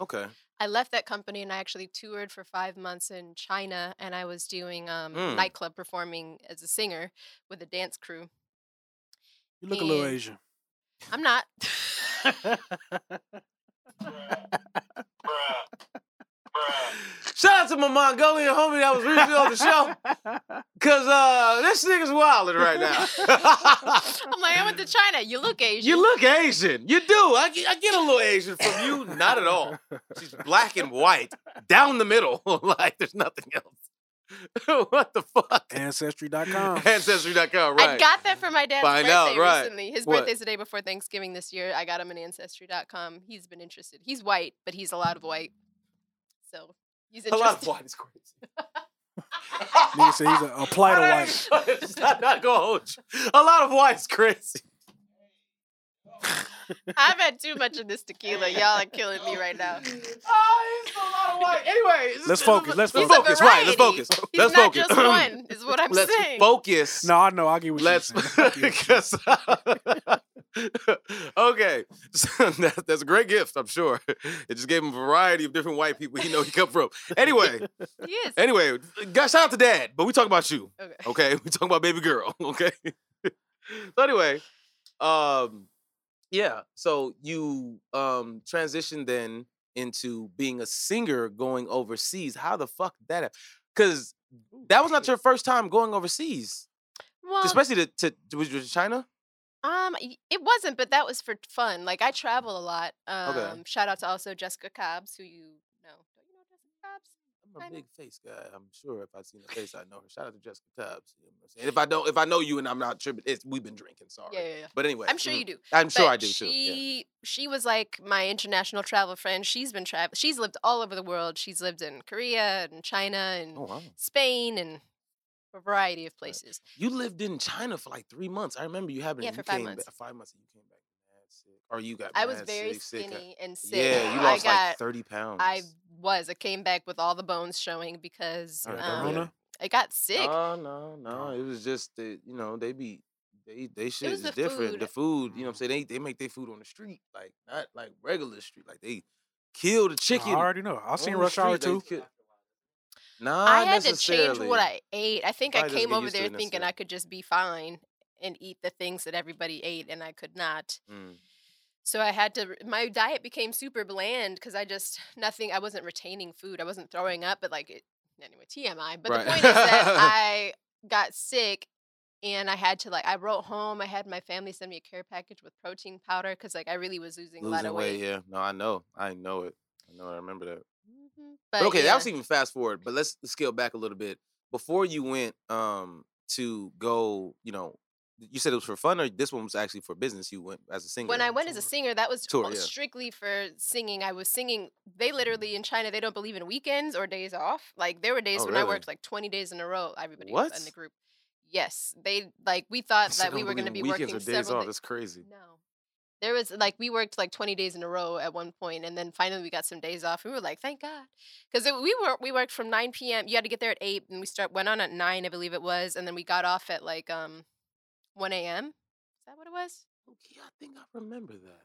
Okay. I left that company and I actually toured for five months in China, and I was doing um, Mm. nightclub performing as a singer with a dance crew. You look a little and- Asian. I'm not. Shout out to my Mongolian homie that was recently on the show. Cause uh this nigga's wildin' right now. I'm like I went to China. You look Asian. you look Asian. You do. I, get- I get a little Asian from you. Not at all. She's black and white, down the middle. like there's nothing else. what the fuck? Oh. Ancestry.com. Ancestry.com, right? I got that for my dad's Find birthday out, right. recently. His What? birthday's the day before Thanksgiving this year. I got him an ancestry.com. He's been interested. He's white, but he's a lot of white. So he's a interested. lot of white is crazy. Nigga said he's a, a plighter white. white. I'm not gonna hold you. A lot of white is crazy. I've had too much of this tequila. Y'all are killing me right now. Oh, it's a lot of white. Anyway, it's- Let's focus, let's let's focus. focus. Right, let's variety. focus. He's let's not focus. just one, is what I'm let's saying. focus. No, I know. I get what let's you're saying. I get what because okay, so that, that's a great gift, I'm sure. It just gave him a variety of different white people he know he come from. Anyway, He is. anyway, guys, shout out to dad, but we talk about you. Okay. Okay, we talking about baby girl. Okay. so anyway, um, yeah. So you um transitioned then into being a singer going overseas. How the fuck did that? Because that was not your first time going overseas, Well, especially to, to, to was it China. Um, y- it wasn't, but that was for fun. Like I travel a lot. Um, Okay. shout out to also Jessica Cobbs, who you know. Do you know Jessica Cobbs? I'm a China. big face guy. I'm sure if I seen her face, I know her. Shout out to Jessica Tubbs. You know what I'm saying? If I don't, if I know you and I'm not tripping, it's we've been drinking. Sorry, Yeah, yeah, yeah. but anyway, I'm sure mhm. you do. I'm sure but I do too. yeah. She she was like my international travel friend. She's been travel. She's lived all over the world. She's lived in Korea and China and Oh wow. Spain and a variety of places. You lived in China for like three months. I remember you having Yeah, you for five came months. Back, five months and you came back mad sick, or you got. I was mad very sick, sick, uh, skinny and sick. Yeah, you I lost got. like thirty pounds. I was. I came back with all the bones showing because All right, don't worry. um, Corona? I got sick. No, no, no. It was just that you know they be they they shit was is the Mm-hmm. different. The food, you know, what I'm Mm. saying they they make their food on the street, like not like regular street, like they kill the chicken. I already know. I've seen on the Rush Hour street, Oh, they too. kill- Not I had to change necessarily. what I ate. I think I Probably doesn't came get over used to there it thinking necessarily. I could just be fine and eat the things that everybody ate, and I could not. Mm. So I had to. My diet became super bland because I just nothing. I wasn't retaining food. I wasn't throwing up, but like it, anyway, TMI. But Right. the point is that I got sick, and I had to like I wrote home. I had my family send me a care package with protein powder because like I really was losing, a lot Losing of weight. weight, yeah. No, I know. I know it. I know. I remember that. Mhm. But okay, yeah. that was even fast forward, but let's scale back a little bit. Before you went um to go, you know, you said it was for fun or this one was actually for business. You went as a singer. when I went as a tour. singer, that was Tour, all- yeah. Mm-hmm. strictly for singing. I was singing. They literally in China, they don't believe in weekends or days off. Like there were days Oh, when I really? worked like 20 days in a row. Everybody was in the What? group. Yes, they like we thought They that we don't were going to believe be in working weekends or days several off. days. That's crazy. No, there was like we worked like 20 days in a row at one point, and then finally we got some days off. We were like, thank God, because we were we worked from 9 p.m. You had to get there at eight, and we start went on at nine, I believe it was, and then we got off at like um 1 a.m. Is that what it was? Okay, I think I remember that.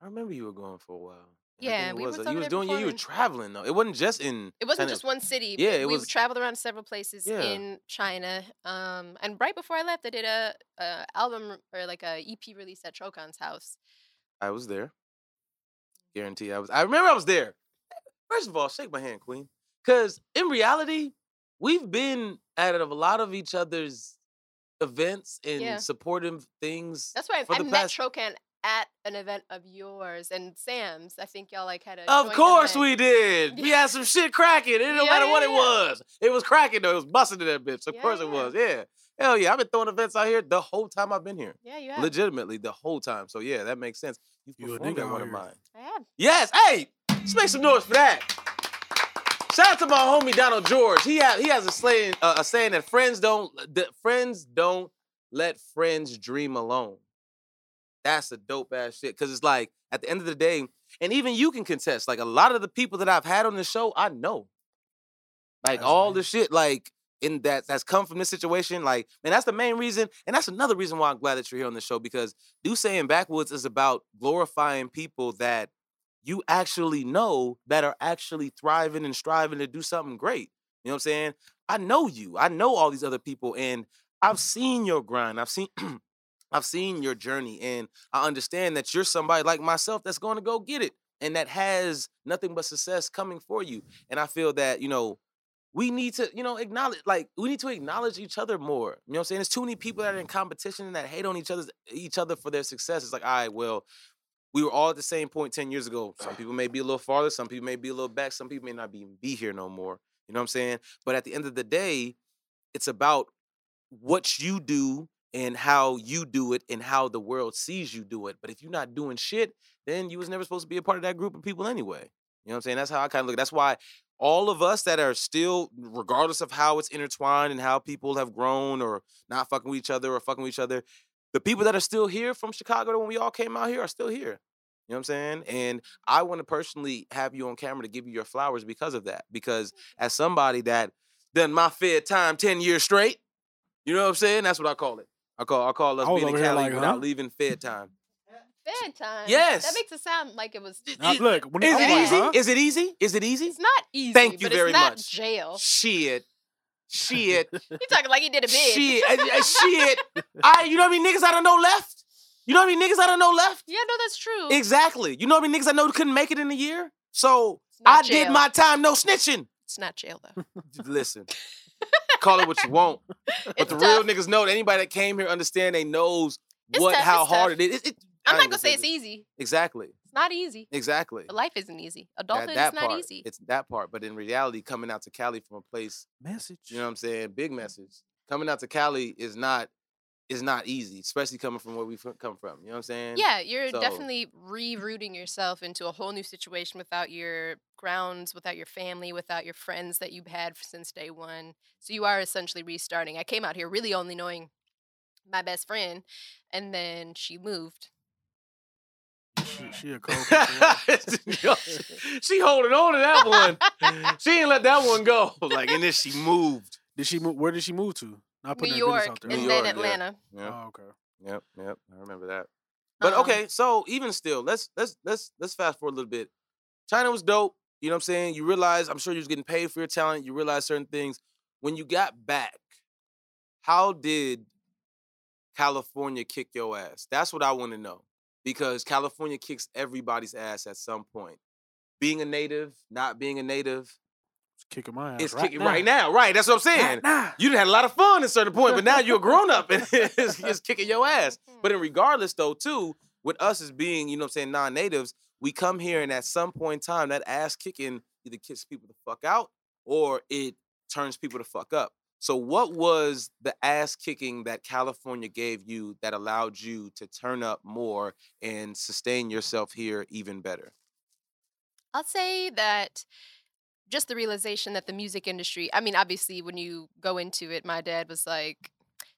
I remember you were going for a while. I think Yeah, it we was. was uh, over you was there doing. Yeah, you were performing. traveling though. It wasn't just in. It wasn't China. just one city. Yeah, it we was- traveled around several places Yeah. in China. Um, and right before I left, I did a, a album re- or like a EP release at Trocon's house. I was there. Guarantee I was. I remember I was there. First of all, shake my hand, Queen. Because in reality, we've been at a lot of each other's events and Yeah. supportive things. That's why For I, I the met past- Trocan at an event of yours and Sam's. I think y'all like had a. Of joint course event. we did. We had some shit cracking. It didn't Yeah, matter what yeah, it yeah. was. It was cracking though. It was busting to that bitch. Of Yeah, course it yeah. was. Yeah. Hell yeah. I've been throwing events out here the whole time I've been here. Yeah, you have. Legitimately, the whole time. So yeah, that makes sense. You've You a performed nigga at out one of here. mine. I have. Yes. Hey, let's make some noise for that. Shout out to my homie Donald George. He ha- he has a saying uh, a saying that friends don't that friends don't let friends dream alone. That's a dope ass shit. Cause it's like at the end of the day, and even you can contest. Like a lot of the people that I've had on the show, I know. Like That's all the shit, like in that that's come from this situation. Like, and that's the main reason, and that's another reason why I'm glad that you're here on the show because do saying backwoods is about glorifying people that you actually know that are actually thriving and striving to do something great. You know what I'm saying? I know you. I know all these other people, and I've seen your grind. I've seen. I've seen your journey and I understand that you're somebody like myself that's going to go get it and that has nothing but success coming for you. And I feel that, you know, we need to, you know, acknowledge, like, we need to acknowledge each other more. You know what I'm saying? There's too many people that are in competition and that hate on each other, each other for their success. It's like, all right, well, we were all at the same point 10 years ago. Some people may be a little farther, some people may be a little back, some people may not be, be here no more. You know what I'm saying? But at the end of the day, it's about what you do and how you do it and how the world sees you do it. But if you're not doing shit, then you was never supposed to be a part of that group of people anyway. You know what I'm saying? That's how I kind of look. That's why all of us that are still, regardless of how it's intertwined and how people have grown or not fucking with each other or fucking with each other, the people that are still here from Chicago to when we all came out here are still here. You know what I'm saying? And I want to personally have you on camera to give you your flowers because of that. Because Mm. as somebody that done my fed time 10 years straight, you know what I'm saying? That's what I call it. I call I call us I was being in over here Cali like, without huh? leaving fed time. Bad time. Yes. That makes it sound like it was. Now, Is- look, when Is I'm it like, easy? huh? Is it easy? Is it easy? It's not easy. Thank you but very it's not much. Jail. Shit. Shit. You're talking like he did a bid. shit. uh, uh, Shit. I you know how many niggas I don't know left? You know how many niggas I don't know left? Yeah, no, that's true. Exactly. You know how many niggas I know couldn't make it in a year? So It's not I did jail. my time, no snitching. It's not jail though. Listen. Call it what you want. But It's the real tough. niggas know that anybody that came here understand they knows It's what tough, how it's hard tough. it is. It- it- I I'm not ain't gonna say it's it. easy. Exactly. It's not easy. Exactly. Life isn't easy. That, Adulthood is that not part. easy. It's that part. But in reality, coming out to Cali from a place Message. You know what I'm saying? Big message. Coming out to Cali is not is not easy, especially coming from where we f- come from. You know what I'm saying? Yeah, you're so- definitely rerouting yourself into a whole new situation without your grounds, without your family, without your friends that you've had since day one. So you are essentially restarting. I came out here really only knowing my best friend, and then she moved. She, she a cold. person, yeah. Yo, she holding on to that one. she ain't let that one go. Like, and then she moved. Did she move? Where did she move to? Not New putting her business York, out there. and New York, then yeah. Atlanta. Yeah. Oh, okay. Yep. Yep. I remember that. But Um, okay, so even still, let's let's let's let's fast forward a little bit. China was dope. You know what I'm saying? You realize, I'm sure you was getting paid for your talent. You realize certain things. When you got back, how did California kick your ass? That's what I want to know. Because California kicks everybody's ass at some point. Being a native, not being a native, It's kicking my ass. it's kicking right now. Right. That's what I'm saying. Right now. You done had a lot of fun at a certain point, but now you're a grown up and it's, it's kicking your ass. But in regardless, though, too, with us as being, you know what I'm saying, non-natives, we come here and at some point in time, that ass kicking either kicks people the fuck out or it turns people to fuck up. So what was the ass kicking that California gave you that allowed you to turn up more and sustain yourself here even better? I'll say that just the realization that the music industry, I mean, obviously, when you go into it, my dad was like,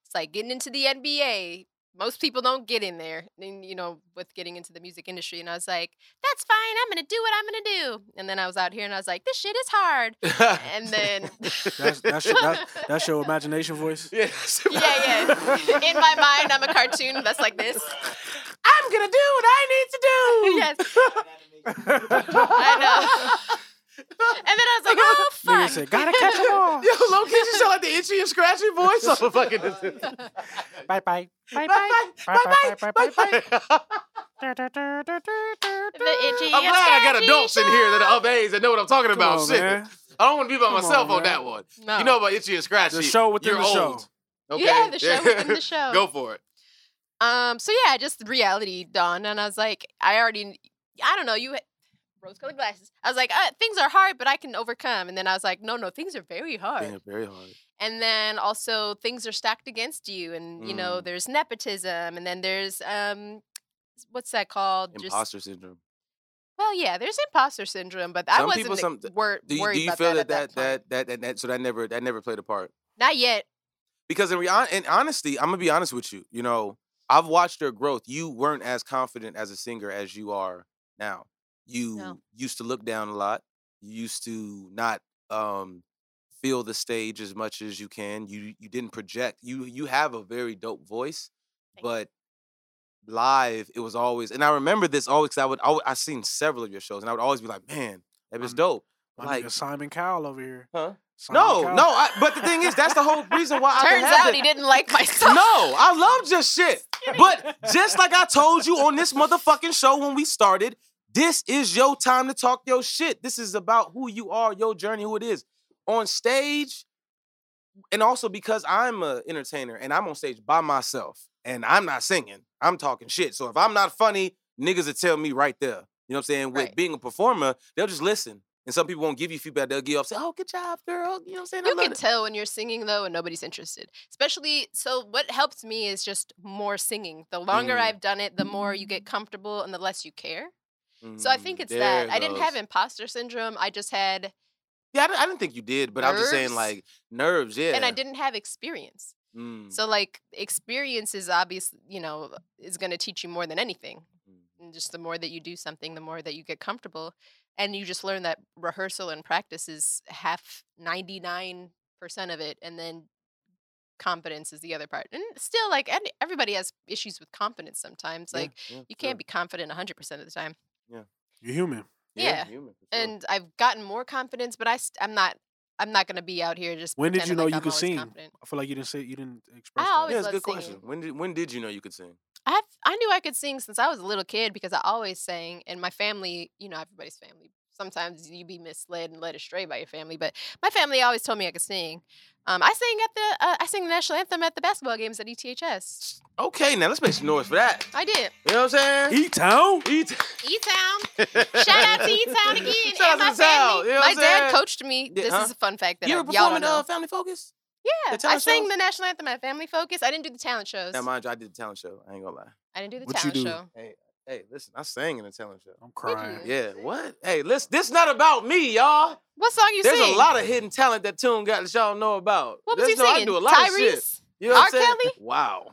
it's like getting into the NBA. Most people don't get in there, and, you know, with getting into the music industry. And I was like, that's fine. I'm going to do what I'm going to do. And then I was out here and I was like, this shit is hard. And then, That's, that's, your, that's, that's your imagination voice. Yes. yeah, yeah. In my mind, I'm a cartoon that's like this. I'm gonna do what I need to do. yes. I I know. And then I was like, oh Nigga fuck. said, gotta catch 'em all. Yo, low key, you sound like the itchy and scratchy voice. I'm fucking this. Bye bye. Bye Bye bye. Bye bye. Bye bye. bye. the itchy. I'm glad I got scratchy adults in here that are show. of age that know what I'm talking about. Shit. I don't want to be by Come on, myself on, man. that one. No. You know about itchy and scratchy. The show within You're the show. old. Okay. Yeah, the show within the show. Go for it. Um. So yeah, just reality dawned, and I was like, I already, I don't know, you. Rose-colored glasses. I was like, uh, things are hard, but I can overcome. And then I was like, no, no, things are very hard. very hard. And then also things are stacked against you, and you know Mm. there's nepotism, and then there's um, what's that called? Just Imposter syndrome. well, yeah, there's imposter syndrome, but I Some wasn't people- some- e- wor- Do you, worried do you about feel that, that that at that, point. that, that that that so that never that never played a part? Not yet. Because in, rea- in honesty, I'm gonna be honest with you. You know, I've watched your growth. You weren't as confident as a singer as you are now. You No. used to look down a lot. You used to not um, feel the stage as much as you can. You you didn't project. You you have a very dope voice, Thank you. but live it was always. And I remember this always. 'cause I would always, I seen several of your shows, and I would always be like, man, that was Um, I'm- dope. My Like- nigga Simon Cowell over here. Huh? Simon No, Cowell. no. I, but the thing is, that's the whole reason why I can Turns have out that- he didn't like my song. no, I love just shit. But just like I told you on this motherfucking show when we started, this is your time to talk your shit. This is about who you are, your journey, who it is. On stage, and also because I'm a entertainer and I'm on stage by myself and I'm not singing, I'm talking shit. So if I'm not funny, niggas will tell me right there. You know what I'm saying? With Right. being a performer, they'll just listen. And some people won't give you feedback. They'll give up, say, oh, good job, girl. You know what I'm saying? I You love can it." tell when you're singing though, and nobody's interested. Especially, so what helps me is just more singing. The longer Mm. I've done it, the more you get comfortable and the less you care. So I think Mm, it's there that. it I didn't goes. have imposter syndrome. I just had, Yeah, I didn't, I didn't think you did, but I'm just saying Nerves? like nerves. Yeah, and I didn't have experience. Mm. So like, experience is obviously, you know, is going to teach you more than anything. Mm. And just the more that you do something, the more that you get comfortable, and you just learn that rehearsal and practice is half ninety nine percent of it, and then confidence is the other part. And still, like any- everybody has issues with confidence sometimes. Yeah, Like yeah, you can't be confident one hundred percent of the time. You're human. sure. yeah. human, for sure. And I've gotten more confidence, but I st- I'm not I'm not gonna be out here just. When did you pretending know like you I'm could always sing? confident. I feel like you didn't say you didn't I express. that. always yeah, it's a loved good singing. question. When did when did you know you could sing? I have, I knew I could sing since I was a little kid because I always sang, and my family, you know, everybody's family. Sometimes you be misled and led astray by your family, but my family always told me I could sing. Um, I sang at the uh, I sang the national anthem at the basketball games at E ETHS. Okay, now let's make some noise for that. I did. You know what I'm saying? E Town. Eat. E Town. Shout out to E Town again. Shout out and my to E Town. family. You know what my I'm dad saying? coached me. Yeah, This huh? is a fun fact that You I, were y'all don't performing know. uh, Family Focus. yeah, the I talent sang shows? the national anthem at Family Focus. I didn't do the talent shows. Now, mind you, I did the talent show. I ain't gonna lie. I didn't do the What you talent do? show. Hey, listen, I sang in the talent show. I'm crying. you? Yeah, what? Hey, listen, this not about me, y'all. What song you There's sing? a lot of hidden talent that Tune got that y'all don't know about. What was There's no- you singing? I do a lot Tyrese. of shit. You know what I'm R. saying? Kelly? Wow.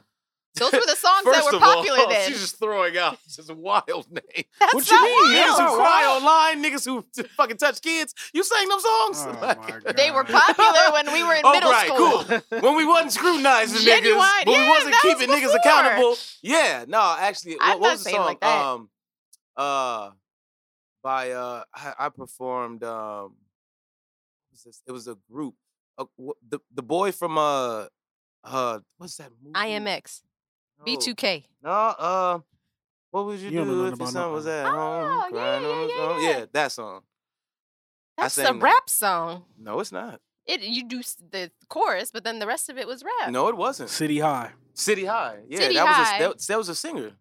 Those were the songs that First were of all, popular then. She's just throwing out just wild names. That's What you not mean? wild. That's Niggas who wild. cry online, niggas who t- fucking touch kids. You sang them songs? Oh Like- my God. They were popular when we were in Oh, middle right, school. cool. When we wasn't scrutinizing Genuine, niggas, but we yeah, wasn't that was keeping niggas before. accountable. Yeah, no, actually, I'm what, what not was the saying song? like that. Um, uh, by uh, I, I performed. Um, what was this? It was a group. Uh, wh- the the boy from uh, uh, what's that movie? IMX, B2K. No, uh, what would you, You don't know do nothing if your about son no- was at Oh, home? yeah, crying on yeah, his yeah, own? yeah. yeah, that song. That's a sang that. rap song. No, it's not. It you do s- the chorus, but then the rest of it was rap. No, it wasn't. City High. City High. Yeah, City that High. was a, that, that was a singer.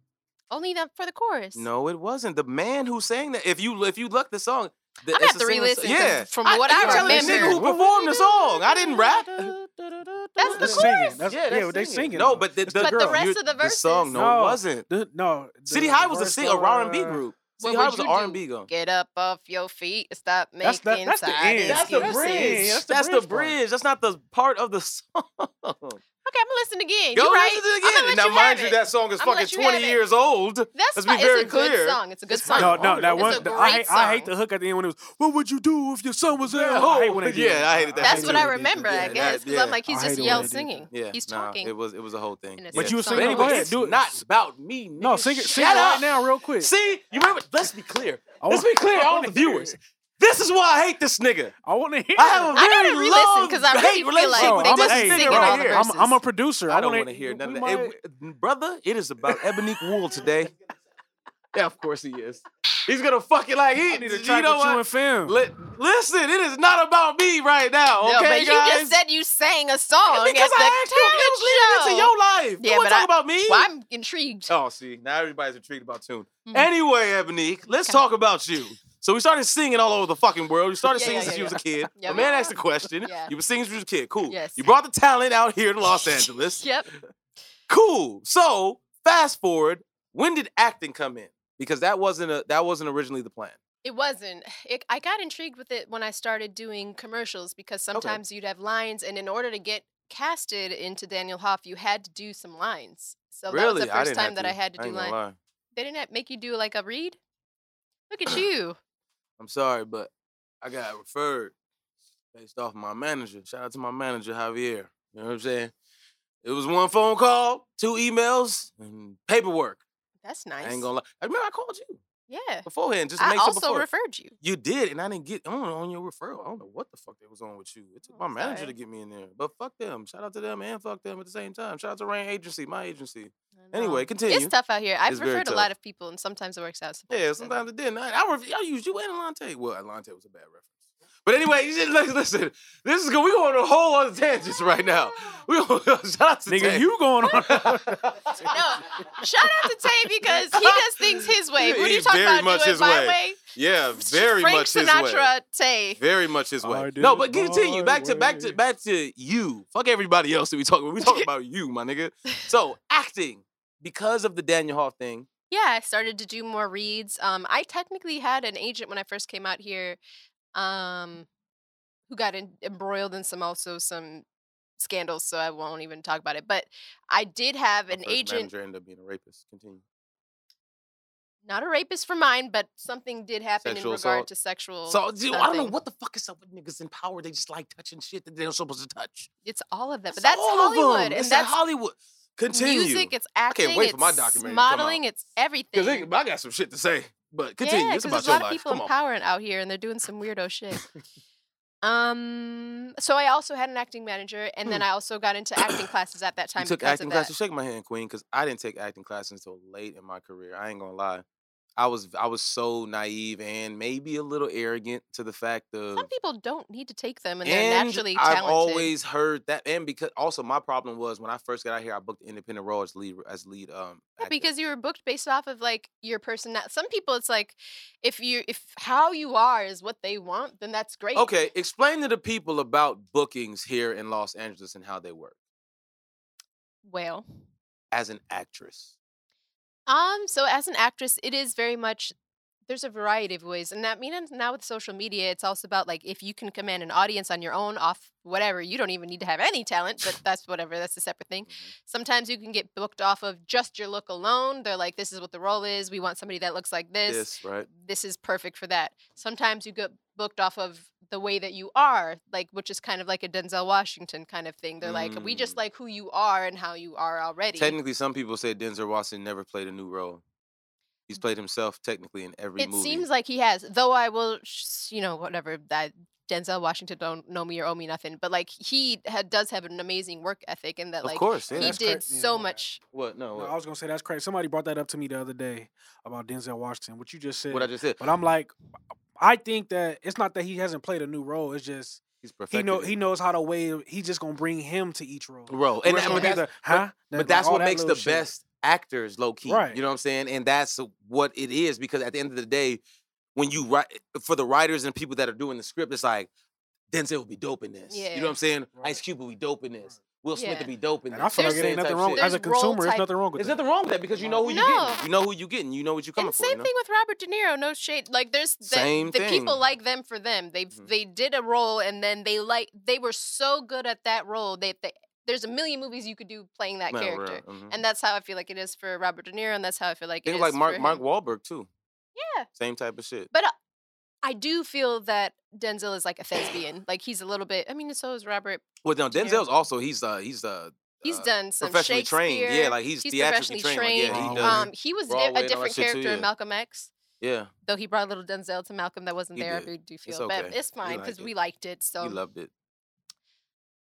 only that for the chorus. No, it wasn't. The man who sang that. If you if you look the song, the, I'm gonna it's have a to singer- re-listen. 'cause Yeah, from I- what you I telling the remember, nigga who performed the song. I didn't rap. That's the They're singing. chorus. That's, yeah, yeah, they're what they singing. singing. No, about. but the, It's But the girl, rest you- of the song. verses- No, it No. wasn't. The- no. the- City the High was a verse uh, sing, a R and B for- group. What City High would was an you R and B group. get up off your feet, stop That's- that- making that's the side end. That's the excuses. That's the end. bridge. That's the That's the bridge part. bridge. That's not the part of the song. okay, I'm gonna listen again. Go You're right. listen to it I'ma again. let Now, you mind have you, it. that song is I'ma fucking let you have 20 it. years old. That's Let's be fine. very it's a good clear. song. It's a good It's song. fine. No, no, that It's one. a I, great hate, I hate song. the hook at the end when it was, "What would you do if your son was at home?" I hate when they do Yeah, that. I hated that. I I That's what hate when I they do remember, that. I Yeah, guess, because yeah. I'm like I he's hate just it when yell they do that. singing. Yeah, He's nah, talking. it was it was a whole thing. And it's But you were But singing. anyway, Go ahead, it's do it. not about me. Nigga. No, sing it, sing it Shut right up. now, real quick. See, you remember? Let's be clear. I Let's be want- clear, I all wanna the hear viewers. it. This is why I hate this nigga. I want to hear. I have a I gotta very re-listen, love 'cause I hate really feel relationship like no, with they I'm this just a, hey, nigga singing bro, all the I'm, verses. I'm a producer. I don't wanna- want to hear we nothing. might- brother, it is about Ebonique Wool today. yeah, of course he is. He's gonna fuck it like he. I need to you track know with you what? and film. Li- listen, it is not about me right now. Okay, no, but guys. you just said oh, you sang a song because at the I asked you if it was leading talent into your life. Yeah, you want but to talk I- about me? show. Well, I'm intrigued. Oh, see, now everybody's intrigued about Tune. Mhm. Anyway, Ebonique, let's Okay. talk about you. So we started singing all over the fucking world. You started Yeah, singing yeah, since yeah, you was a kid. Yeah, a man yeah. asked a question. Yeah. You were singing since you was a kid. Cool. Yes. You brought the talent out here to Los Angeles. Yep. Cool. So fast forward. When did acting come in? Because that wasn't a, that wasn't originally the plan. It wasn't. It, I got intrigued with it when I started doing commercials because sometimes you'd have lines, and in order to get casted into Daniel Hoff, you had to do some lines. So that really, was the I first didn't have time that I had to do ain't gonna lie. lines. They didn't have- make you do like a read. Look at you. I'm sorry, but I got referred based off my manager. Shout out to my manager, Javier. You know what I'm saying? It was one phone call, two emails, and paperwork. That's nice. I ain't gonna lie. I remember I called you yeah. beforehand just to I make sure also before. referred you. you did, and I didn't get on on your referral. I don't know what the fuck that was on with you. It took my I'm manager sorry. to get me in there. But fuck them. Shout out to them and fuck them at the same time. Shout out to Rain Agency, my agency. I Anyway, know. continue. It's tough out here. I've It's very referred a tough. lot of people, and sometimes it works out. Sometimes it Yeah, doesn't. sometimes it didn't. I, I, ref- I used you and Alante. Well, Alante was a bad reference. But anyway, you just- listen, listen. This is good. We're going on a whole other tangents right now. We going shout out to Nigga, Tay. you going on? No, shout out to Tay because he does things his way. What are you He's talking very about? much Do it his my way. way. yeah, Frank Sinatra, Tay. Very much his I way. did No, but it my continue. Back to back to way. back to you. Fuck everybody else that we talking about. We talking about you, my nigga. So acting because of the Daniel Hall thing. Yeah, I started to do more reads. Um, I technically had an agent when I first came out here, um, who got in, embroiled in some also some scandals. So I won't even talk about it. But I did have my an first agent, manager ended up being a rapist. Continue. not a rapist for mine, but something did happen Sexual in regard assault. to sexual. So dude, I don't know Oh, something. what the fuck is up with niggas in power. They just like touching shit that they're not supposed to touch. It's all of that, but It's that's all of 'em. Hollywood, and It's that's Hollywood. Continue. music. It's acting. wait for my it's documentary to come out. modeling. It's everything. Because I got some shit to say, but continue. Yeah, it's 'cause about there's a your lot of life. people Come in on. power and out here, and they're doing some weirdo shit. um, so I also had an acting manager, and then I also got into acting classes at that time Hmm. you took because acting of that. classes. Shake my hand, Queen, because I didn't take acting classes until late in my career. I ain't gonna lie. I was I was so naive and maybe a little arrogant to the fact of Some people don't need to take them, and, they're naturally talented. I've always heard that, and because also my problem was when I first got out here, I booked an independent role as lead as lead. Um, Yeah, actor. because you were booked based off of like your person. Some people, it's like if you if how you are is what they want, then that's great. okay, explain to the people about bookings here in Los Angeles and how they work Well, as an actress. Um, so as an actress, it is very much there's a variety of ways. And that means now with social media, it's also about like if you can command an audience on your own off whatever, you don't even need to have any talent, but that's whatever, that's a separate thing. Sometimes you can get booked off of just your look alone. They're like, this is what the role is. We want somebody that looks like this. This right. This is perfect for that. Sometimes you get booked off of the way that you are, like which is kind of like a Denzel Washington kind of thing. They're like, we just Mm. like who you are and how you are already. Technically, some people say Denzel Washington never played a new role. He's played himself technically in every Mm. it movie. seems like he has though i will sh- you know whatever that denzel washington don't know me or owe me nothing but like he ha- does have an amazing work ethic and that of like course, yeah. he that's did cra- yeah, so yeah. much What? No, No, what, I was gonna say that's crazy. Somebody brought that up to me the other day about Denzel Washington. What you just said. what I just said. but I'm like, I think that it's not that he hasn't played a new role. It's just He's perfect. he know he knows how to wave. He just gonna bring him to each role. role, and, Whereas that- when but he's that's, like, huh? but Like, that's all what that makes the little shit. best actors low key. Right. You know what I'm saying? And that's what it is because at the end of the day, when you write for the writers and people that are doing the script, it's like Denzel will be dope in this. You know what Yeah. I'm saying? Right. Ice Cube will be dope in this. Will Smith Yeah. will be dope in this. And I feel like There's- it ain't nothing wrong. shit. As a There's role consumer, there's type- nothing wrong with There's that. nothing wrong with that because you know who you No. getting. You know who you getting. You know what you coming and for. same you know? thing with robert de niro no shade like there's the, Same the people thing. like them for them they Mhm. they did a role and then they like they were so good at that role that they there's a million movies you could do playing that Man, character. real, mhm. And that's how I feel like it is for Robert De Niro, and that's how I feel like it Things is like Mark for Mark him. Wahlberg too. Yeah. Same type of shit. But uh, I do feel that Denzel is like a thespian. like he's a little bit. I mean, so is Robert. Well, no, Yeah. Denzel's also he's uh he's uh He's uh, done some professionally trained. Shakespeare. Yeah, like he's, He's theatrically trained. professionally Like, yeah, he trained. does. Um, he was di- Broadway and all a that different shit too, character in yeah. Malcolm X, yeah, though he brought a little Denzel to Malcolm that wasn't He there. did. I do feel, but okay. it's We fine like because it. we liked it. So, he loved it.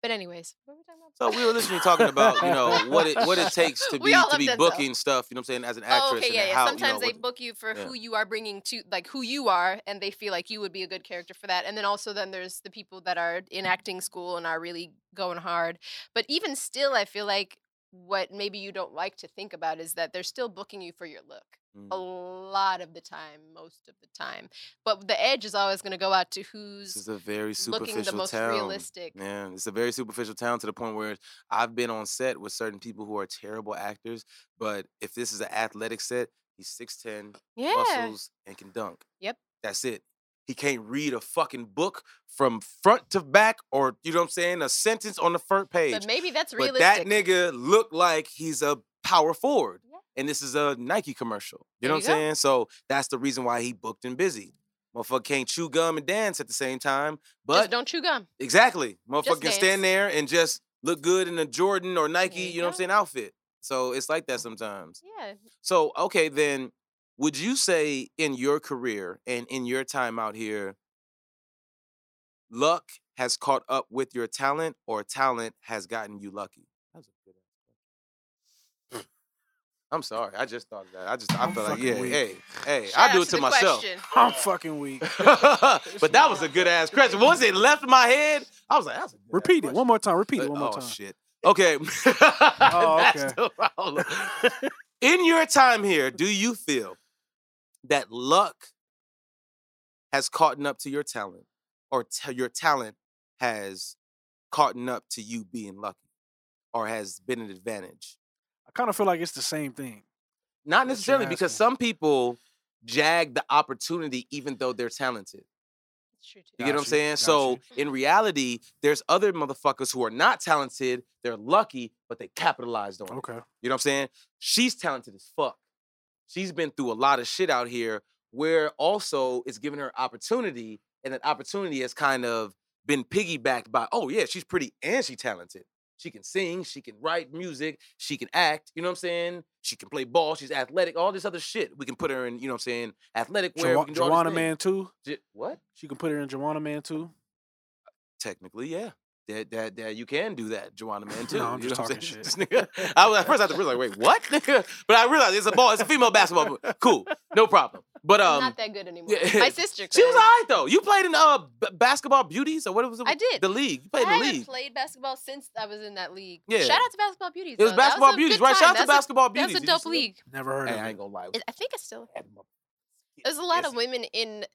but anyways, what were we talking about? So we were literally talking about you know what it what it takes to We be all to love be Denzel. booking stuff. You know what I'm saying as an actress. Oh, okay, and yeah, yeah. How, you Sometimes know, they book you for yeah. who you are bringing to, like who you are, and they feel like you would be a good character for that. And then also, then there's the people that are in acting school and are really going hard. But even still, I feel like what maybe you don't like to think about is that they're still booking you for your look book. a lot of the time, most of the time. But the edge is always going to go out to This who's is a very looking superficial the most town. realistic. Man, it's a very superficial town to the point where I've been on set with certain people who are terrible actors, but if this is an athletic set, he's 6'10, Yeah. muscles, and can dunk. Yep. That's it. He can't read a fucking book from front to back or, you know what I'm saying, a sentence on the front page. But maybe that's But that realistic. nigga looked like he's a power forward. Yeah. And this is a Nike commercial. You know There what I'm you saying? So that's the reason why he booked and busy. Motherfucker can't chew gum and dance at the same time. Just But don't chew gum. exactly. Motherfucker can dance. stand there and just look good in a Jordan or Nike, you you, know what go. I'm saying, outfit. So it's like that sometimes. Yeah. So, okay, then would you say in your career and in your time out here, luck has caught up with your talent or talent has gotten you lucky? That was a good ass question. I'm sorry. I just thought of that. I just I I'm felt like, fucking yeah, weak. hey, hey, Shout I out do it to, the myself. question. I'm fucking weak. but that was a good ass question. Once it left my head, I was like, that's a good Repeat it one more time. Repeat it uh, one more oh, time. Oh, shit. Okay. That's okay. the problem. In your time here, do you feel that luck has caught up to your talent or t- your talent has caught up to you being lucky or has been an advantage? I kind of feel like it's the same thing. Not What you necessarily because asking? some people jag the opportunity even though they're talented. It's true, too. You get what I'm Got you, saying? got So you. in reality, there's other motherfuckers who are not talented. They're lucky, but they capitalized on it. Okay. You know what I'm saying? She's talented as fuck. She's been through a lot of shit out here where also it's given her opportunity, and that opportunity has kind of been piggybacked by, oh yeah, she's pretty and she talented. She can sing, she can write music, she can act, you know what I'm saying? She can play ball, she's athletic, all this other shit. We can put her in, you know what I'm saying, athletic wear. we Jawa- can do all Joanna these things. Man too. J- what? She can put her in Joanna Man too. Technically, yeah. That, that, that you can do that, Joanna Man too. No, I'm you just know what talking saying? Nigga, I was at first I had to realize, wait, what? Nigga? but I realized it's a ball, it's a female basketball. move. Cool, no problem. But I'm um, not that good anymore. yeah. My sister. she was all could. right though. You played in uh b- basketball beauties or what was it? I did. the league. You I played in the haven't league. played basketball since I was in that league. Yeah. Shout out to Basketball Beauties. it was though. That basketball a beauties, good right? Shout out time. to basketball That's beauties. a, that's a Did you dope see it? league. Never heard Hey, of I it. ain't gonna lie. It- I think it's still. That motherfucker- There's a lot It's- of women in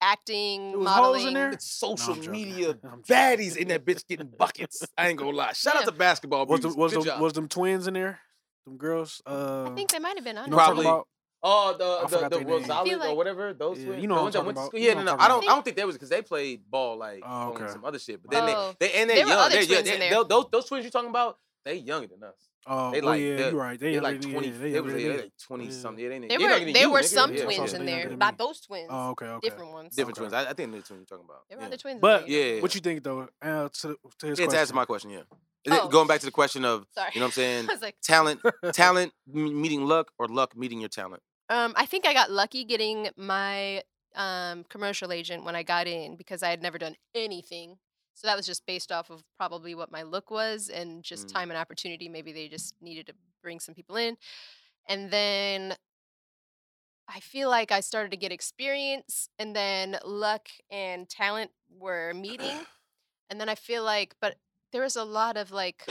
acting, It was hoes modeling. in there. It's uh, social No, I'm joking. media I'm joking. baddies in that bitch getting buckets. I ain't gonna lie. Shout out Yeah. to basketball Was beauties. the, was Good the, job. was them twins in there? Them girls. Uh, I think they might have been on. you know what I'm Probably. talking about? I Oh, the the, forgot the their name. I Rosales feel or like- whatever those Yeah, were- you know the what I'm ones that talking went to about. school. You Yeah, know no, what no, I'm I talking don't. I about. don't think that was because they played ball like Oh, on okay. some other shit. But then Oh. they, they and they There were young. other They, yeah, twins they, in there. tho- those those twins you're talking about, they younger than us. Oh, They oh, like- yeah, they're- you're right. They They younger like than- twenty. yeah, They was younger they than like twenty Yeah. something. It ain't. There they younger were than there you, were nigga. some Yeah, twins so in they there, younger than not me. those twins, Oh, okay, okay. different ones. Different Okay. twins. I, I think the twin you're talking about. There were Yeah. other twins. But- in there. Yeah. What you think though? Uh, to, the, to his Yeah, to question. answer my question, yeah. Is it- Oh. Going back to the question of sorry, you know what I'm saying, I was like, talent, talent m- meeting luck or luck meeting your talent. um, I think I got lucky getting my um commercial agent when I got in because I had never done anything. So that was just based off of probably what my look was and just Mm. time and opportunity. Maybe they just needed to bring some people in, and then I feel like I started to get experience and then luck and talent were meeting. And then I feel like, but there was a lot of like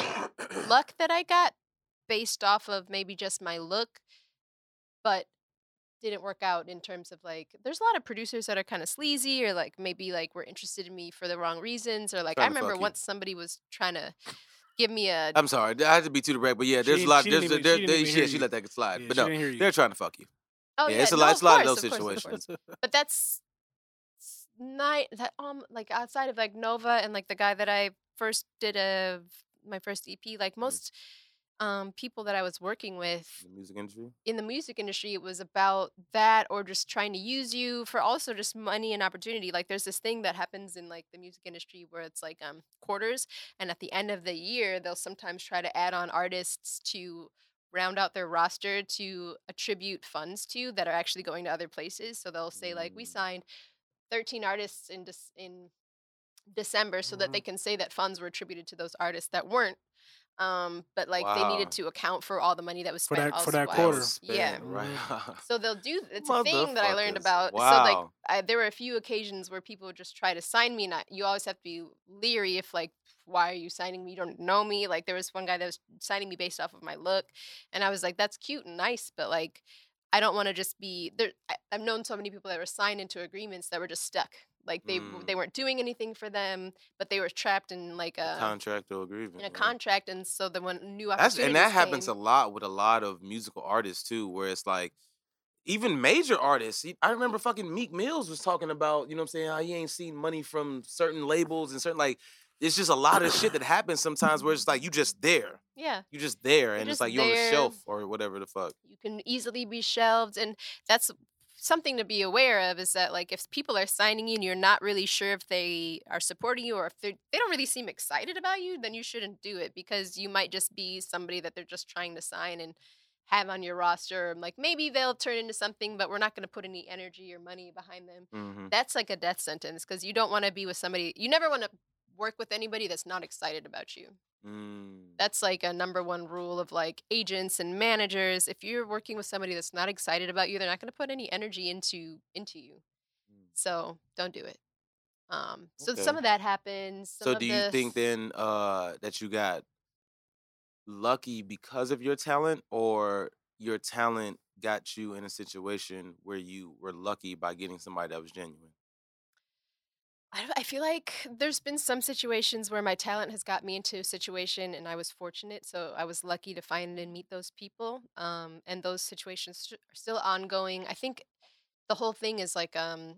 luck that I got based off of maybe just my look, but didn't work out in terms of like, there's a lot of producers that are kind of sleazy or like maybe like were interested in me for the wrong reasons. Or like, I Trying to remember fuck you. once somebody was trying to give me a. I'm sorry, I had to be too direct, but yeah, She there's a didn't- lot. she There's, didn't there, even- there- she didn't even she, hear she you. let that slide. Yeah, but she no, didn't hear you. they're trying to fuck you. oh, yeah, it's a no, lot- it's a lot of course, those course, course. situations. but that's s- night that um like outside of like Nova and like the guy that I first did a v- my first EP, Mm. like most um, people that I was working with the music industry. in the music industry, it was about that or just trying to use you for also just money and opportunity. Like there's this thing that happens in like the music industry where it's like um quarters and at the end of the year they'll sometimes try to add on artists to round out their roster to attribute funds to that are actually going to other places. So they'll say like we Mm. signed 13 artists in Dec- in December so that they Mm-hmm. can say that funds were attributed to those artists that weren't. Um, but like they Wow. needed to account for all the money that was For spent that- for also that while- quarter. Yeah. Right. So they'll do. It's a thing that I learned Motherfuckers. about. So like, Wow. I, there were a few occasions where people would just try to sign me, and I, you always have to be leery if like, why are you signing me? You don't know me. Like there was one guy that was signing me based off of my look, and I was like, that's cute and nice, but like, I don't want to just be there. I, I've known so many people that were signed into agreements that were just stuck. Like they w they Mm. weren't doing anything for them, but they were trapped in like A a contractual agreement. uh, in a right. contract, and so then when new That's opportunities and that happens came- a lot with a lot of musical artists too, where it's like even major artists. he- I remember fucking Meek Mills was talking about, you know what I'm saying, how he ain't seen money from certain labels and certain like it's just a lot of shit that happens sometimes where it's like you just there. yeah. You just there and just it's like you're on the there. shelf or whatever the fuck. you can easily be shelved and that's something to be aware of is that like if people are signing you and you're not really sure if they are supporting you or if they're, they don't really seem excited about you then you shouldn't do it because you might just be somebody that they're just trying to sign and have on your roster and like maybe they'll turn into something but we're not going to put any energy or money behind them Mm-hmm. that's like a death sentence because you don't want to be with somebody you never want to work with anybody that's not excited about you Mm. that's like a number one rule of like agents and managers if you're working with somebody that's not excited about you they're not going to put any energy into into you so don't do it um so some Mm. Okay. of that happens some So of do you the think then uh that you got lucky because of your talent or your talent got you in a situation where you were lucky by getting somebody that was genuine? I, don't- I feel like there's been some situations where my talent has got me into a situation and I was fortunate. So I was lucky to find and meet those people. Um, and those situations st- are still ongoing. I think the whole thing is like um,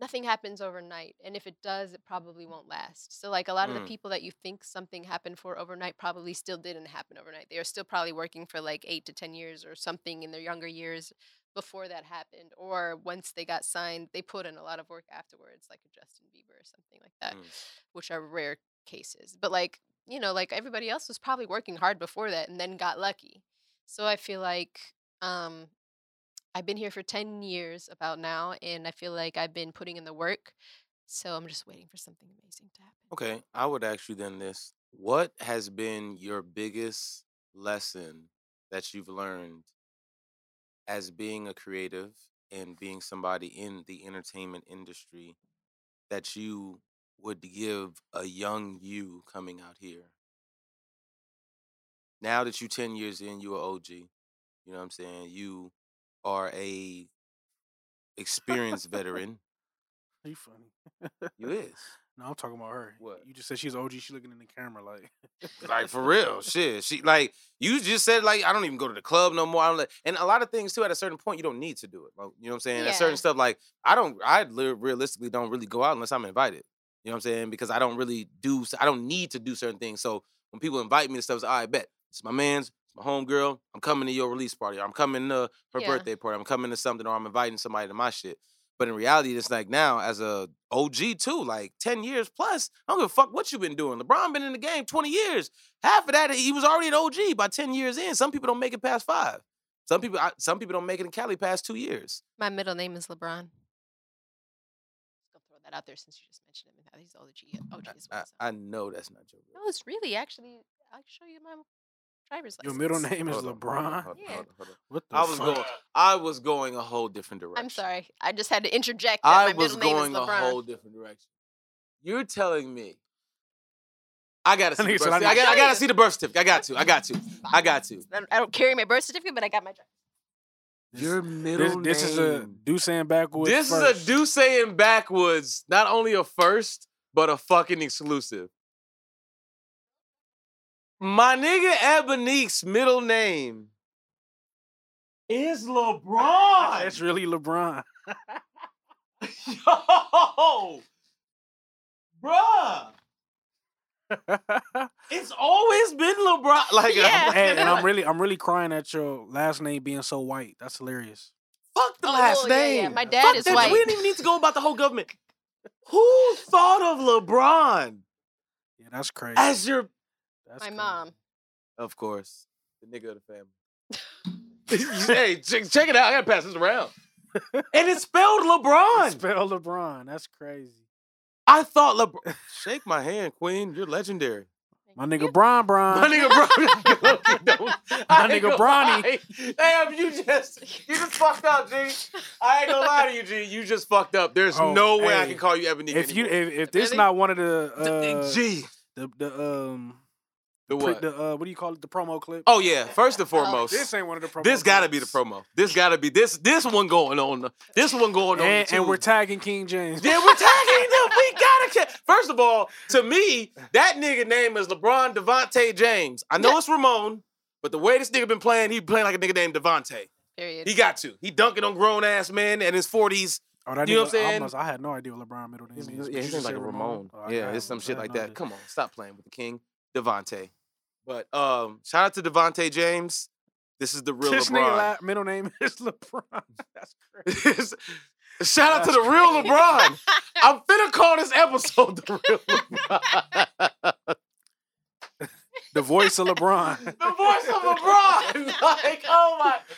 nothing happens overnight. And if it does, it probably won't last. So, like a lot of Mm. the people that you think something happened for overnight probably still didn't happen overnight. They are still probably working for like eight to 10 years or something in their younger years before that happened or once they got signed they put in a lot of work afterwards like a justin bieber or something like that Mm. which are rare cases but like you know like everybody else was probably working hard before that and then got lucky so i feel like um i've been here for 10 years about now and i feel like i've been putting in the work so i'm just waiting for something amazing to happen Okay, I would ask you then this. What has been your biggest lesson that you've learned as being a creative and being somebody in the entertainment industry that you would give a young you coming out here? Now that you 10 years in, you are OG. You know what I'm saying? You are a experienced veteran. You funny. You is. No, I'm talking about her. What? You just said she's OG. She looking in the camera like. like for real, shit. She like you just said like I don't even go to the club no more. I don't let, and a lot of things too. At a certain point, you don't need to do it. Like, you know what I'm saying? At Yeah. certain stuff like I don't. I li- realistically don't really go out unless I'm invited. You know what I'm saying? Because I don't really do. s- I don't need to do certain things. So when people invite me to stuff, it's, I bet it's my man's. It's my homegirl. I'm coming to your release party. Or I'm coming to her Yeah. birthday party. I'm coming to something, or I'm inviting somebody to my shit. But in reality, it's like now as a OG too, like 10 years plus. I don't give a fuck what you've been doing. LeBron been in the game 20 years. Half of that, he was already an OG by 10 years in. Some people don't make it past five. Some people, I- some people don't make it in Cali past two years. my middle name is lebron just gonna throw that out there since you just mentioned him and how he's OG, OG as I, well. so. I know that's not your No, it's really actually. I'll show you my driver's license. Your middle name is Hold on, hold on, LeBron. hold on, Yeah. hold on, hold on. What the I was fuck? going, I was going a whole different direction. I'm sorry. I just had to interject. That I my was middle going name a is LeBron. whole different direction. You're telling me. I gotta see the nigga birth said, I certificate. I need- gotta, I gotta see the birth certificate. I got to. I got to. I got to. I don't- I don't carry my birth certificate, but I got my driver's. This- Your This, middle this is a name. do saying backwards. This is first. a do saying backwards. Not only a first, but a fucking exclusive. My nigga Ebonique's middle name is That's LeBron. really LeBron. Yo, bruh. That's It's always been LeBron. Like, Yeah. I'm like, and, and I'm really, I'm really crying at your last name being so white. That's hilarious. fuck the Oh, last yeah, name. yeah. My dad Fuck is that- white. We didn't even need to go about the whole government. Who thought of LeBron Yeah, that's crazy. as your? That's My crazy. mom. Of course, the nigga of the family. hey, check, check it out. I gotta pass this around. and it's spelled LeBron. Spell LeBron. That's crazy. I thought LeBron. Shake my hand, Queen. You're legendary. My nigga Bron Bron. My nigga Bron. My nigga Bronny. Bronny. Damn, um, you just you just fucked up, G. I ain't gonna lie to you, G. You just fucked up. There's Oh, no way I hey. can call you Ebony. if you anymore. if, if this Really? not one of the uh, G, the the um the pri- what? the uh what do you call it the promo clip? oh yeah. First and foremost, This this, ain't one of the promo. gotta be the clips. promo. This gotta be this this one going on. This one going on. And, and YouTube. we're tagging King James. Yeah, we're tagging them. We gotta ca- First of all, to me, that nigga name is LeBron Devontae James. I know it's Ramon, but the way this nigga been playing, he playing like a nigga named Devontae. Period. He got to. He dunking on grown ass men in his forties. Oh, that You know nigga- what I'm I saying? must- I had no idea what LeBron middle name is. but you just said Oh, I yeah, got it's it. some I shit had like no that. idea. Come on, stop playing with the king, Devontae. But um, shout out to Devontae James. This is the real this nigga LeBron. la- middle name is LeBron. That's crazy. shout out to the real LeBron. I'm finna call this episode the real LeBron. The voice of LeBron. the voice of LeBron. like, oh my.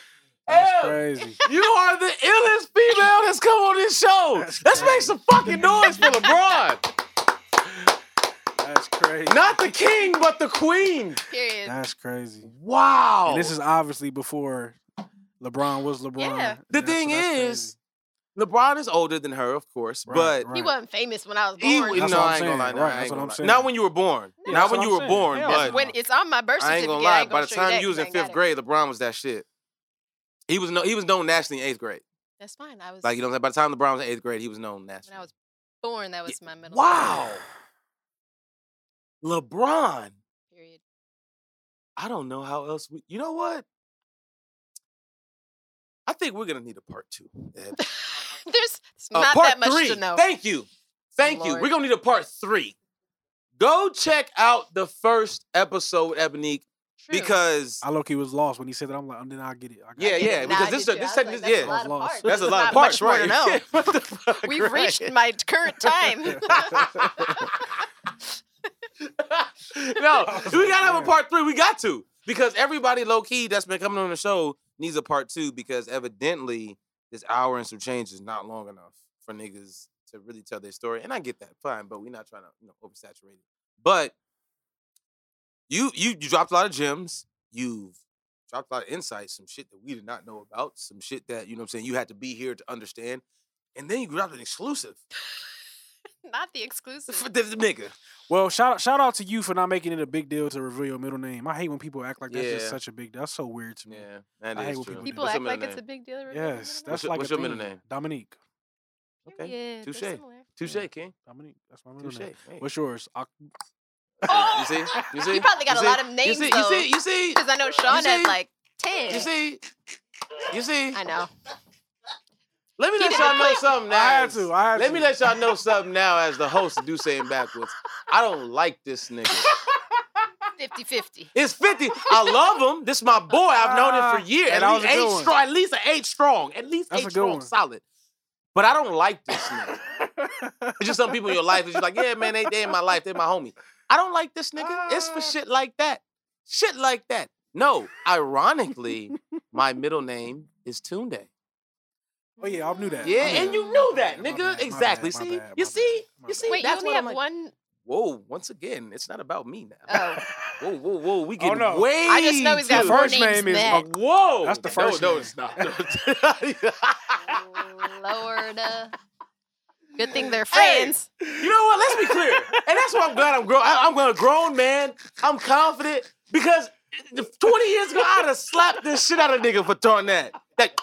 That's Em, crazy. you are the illest female that's come on this show. That's Let's make crazy. some fucking noise for LeBron. That's crazy. Not the king, but the queen. Period. That's crazy. Wow. And this is obviously before LeBron was LeBron. Yeah. Oh. the That's- thing that's is, LeBron is older than her, of course, Right, but right. He wasn't famous when I was he born. no, That's what I I'm ain't gonna lie. no, I saying, right, ain't that's what gonna I'm lie. saying. Not when you were born. Yeah, Not that's when what you I'm were saying. born, Hell but no. when it's on my birth I ain't certificate, gonna I lie. ain't By gonna the show time you you was in that 'cause I ain't fifth got it. grade, LeBron was that shit. He was no, he was known nationally in eighth grade. That's fine. I was Like you know, by the time LeBron was in eighth grade, he was known when nationally. I was born. That was my middle. name, Wow. LeBron. Period. I don't know how else we you know what? I think we're gonna need a part two. Ed. There's it's Uh, not part that much three. to know. Thank you. Thank you. Lord. We're gonna need a part three. Go check out the first episode, Ebonique, True. because I low key was lost when he said that. I'm like, then I get it. I got Yeah, it. yeah, Nah, because I this get is- this you. I was technic- like, that's yeah. a lot of Lost. parts. that's a There's lot not of parts, much more right? to know. What the fuck, We've right? reached my current time. no, I was we like, gotta have a "Damn." part three. We got to because everybody low key that's been coming on the show needs a part two because evidently this hour and some change is not long enough for niggas to really tell their story. And I get that, fine, but we're not trying to you know oversaturate it. But you you you dropped a lot of gems. You've dropped a lot of insights, some shit that we did not know about, some shit that you know what I'm saying you had to be here to understand. And then you dropped an exclusive not the exclusive. for the, the nigga. Well, shout out, shout out to you for not making it a big deal to reveal your middle name. I hate when people act like that's Yeah. just such a big deal. That's so weird to me. Yeah, that I hate is when true. people do People What's act your like middle it's a name? big deal. to remember Yes, your that's your- like what's a your middle thing. name? Dominique. middle Okay, name. Yeah, they're touche. similar. touche, Yeah. King. Dominique. That's my middle Touche. name. Hey. What's yours? Oc- You see? You see? You Oh, probably You got a see? lot of names you see? though, You see? You see? because I know Sean had see? like ten. You see? You see? I know. Let me He let didn't y'all know click. something now. I had as- to. I had let to. me let y'all know something now as the host of Do Saying Backwards. I don't like this nigga. 50-50. It's 50. I love him. This is my boy. I've known him Ah, for years. At that was least a good eight one. strong. At least an eight strong. At least That's a eight good strong. one. Solid. But I don't like this nigga. It's just some people in your life is just like, yeah, man, they they in my life, they my homie. I don't like this nigga. It's for Ah. shit like that. Shit like that. No, ironically, my middle name is Tunde. Oh, yeah, I knew that. Yeah, I and knew you knew that, My bad, my nigga. bad, Exactly. my See, bad, you my see, bad, my you bad. see. Wait, That's you what I'm only have like. one. Whoa, once again, it's not about me now. Oh, Whoa, whoa, whoa. We Oh, getting no. way. I just know he's got too- The more first names name is than that. Whoa. That's the first No, no, name. it's not. Lord. uh, Good thing they're friends. You know what? Let's be clear, and that's why I'm glad I'm grown. I'm gonna grown man. I'm confident because 20 years ago I'd have slapped this shit out of nigga for throwing that. Like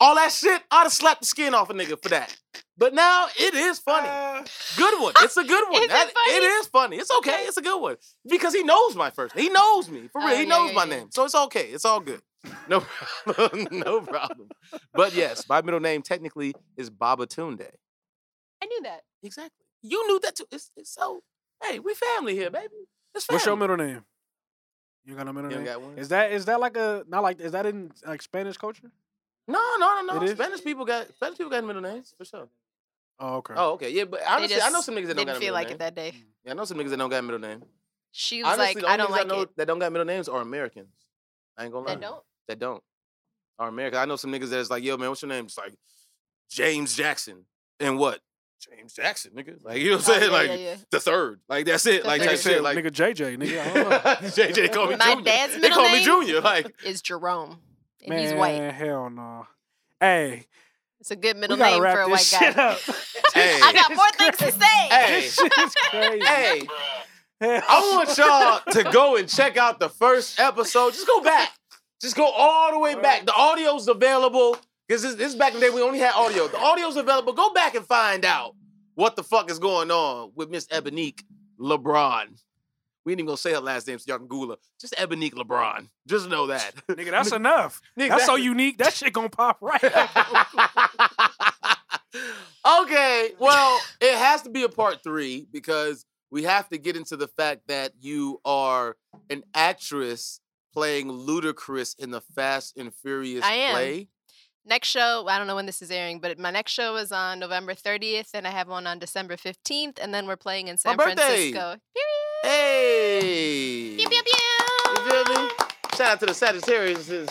all that shit, I'd have slapped the skin off a nigga for that. But now it is funny. Good one. It's a good one. Is it That- funny? It is funny. It's okay. It's a good one because he knows my first. He knows me for Oh, real. he yeah, knows yeah, my yeah. name, so it's okay. It's all good. No problem. no problem. But yes, my middle name technically is Babatunde. I knew that. Exactly. You knew that too. It's, it's so. Hey, we family here, baby. It's What's your family. middle name? You got no middle You don't name. got one? Is that is that like a not like is that in like Spanish culture? No, no, no, It no. is? Spanish people got Spanish people got middle names for sure. Oh, okay. Oh, okay, yeah, but honestly, I know some niggas that don't didn't got a feel middle like name. it that day. Yeah, I know some niggas that don't got a middle name. She was Honestly, the like, I only don't niggas like I know it. that don't got middle names are Americans. I ain't gonna lie. That don't. That don't. Are American. I know some niggas that's like, yo, man, what's your name? It's like James Jackson. And what? James Jackson, nigga. Like you know what I'm Oh, saying? yeah, like yeah, yeah. the third. Like that's it. The like third. type nigga, said, shit. Like nigga JJ, nigga. I don't know. JJ called me My Junior. dad's they middle call me name? Junior. Like Is Jerome. And Man, he's white. Hell no. Hey, It's a good middle we gotta name for wrap a this white shit guy. up. Hey. I got more things to say. Hey. This shit is crazy. hey, Hell I want y'all to go and check out the first episode. Just go back. Just go all the way back. The audio's available. Because this, this is back in the day we only had audio. The audio's available. Go back and find out what the fuck is going on with Miss Ebonique LeBron. We ain't even gonna say her last name so y'all can Google her. Just Ebonique LeBron. Just know that. Nigga, that's enough. That's so unique. That shit gonna pop right. out. okay, well, it has to be a part three because we have to get into the fact that you are an actress playing Ludacris in the Fast and Furious I am. play. Next show, I don't know when this is airing, but my next show is on November 30th, and I have one on December 15th, and then we're playing in San birthday. Francisco. Hey! Pew, pew, pew. You feel me? Shout out to the Sagittarius around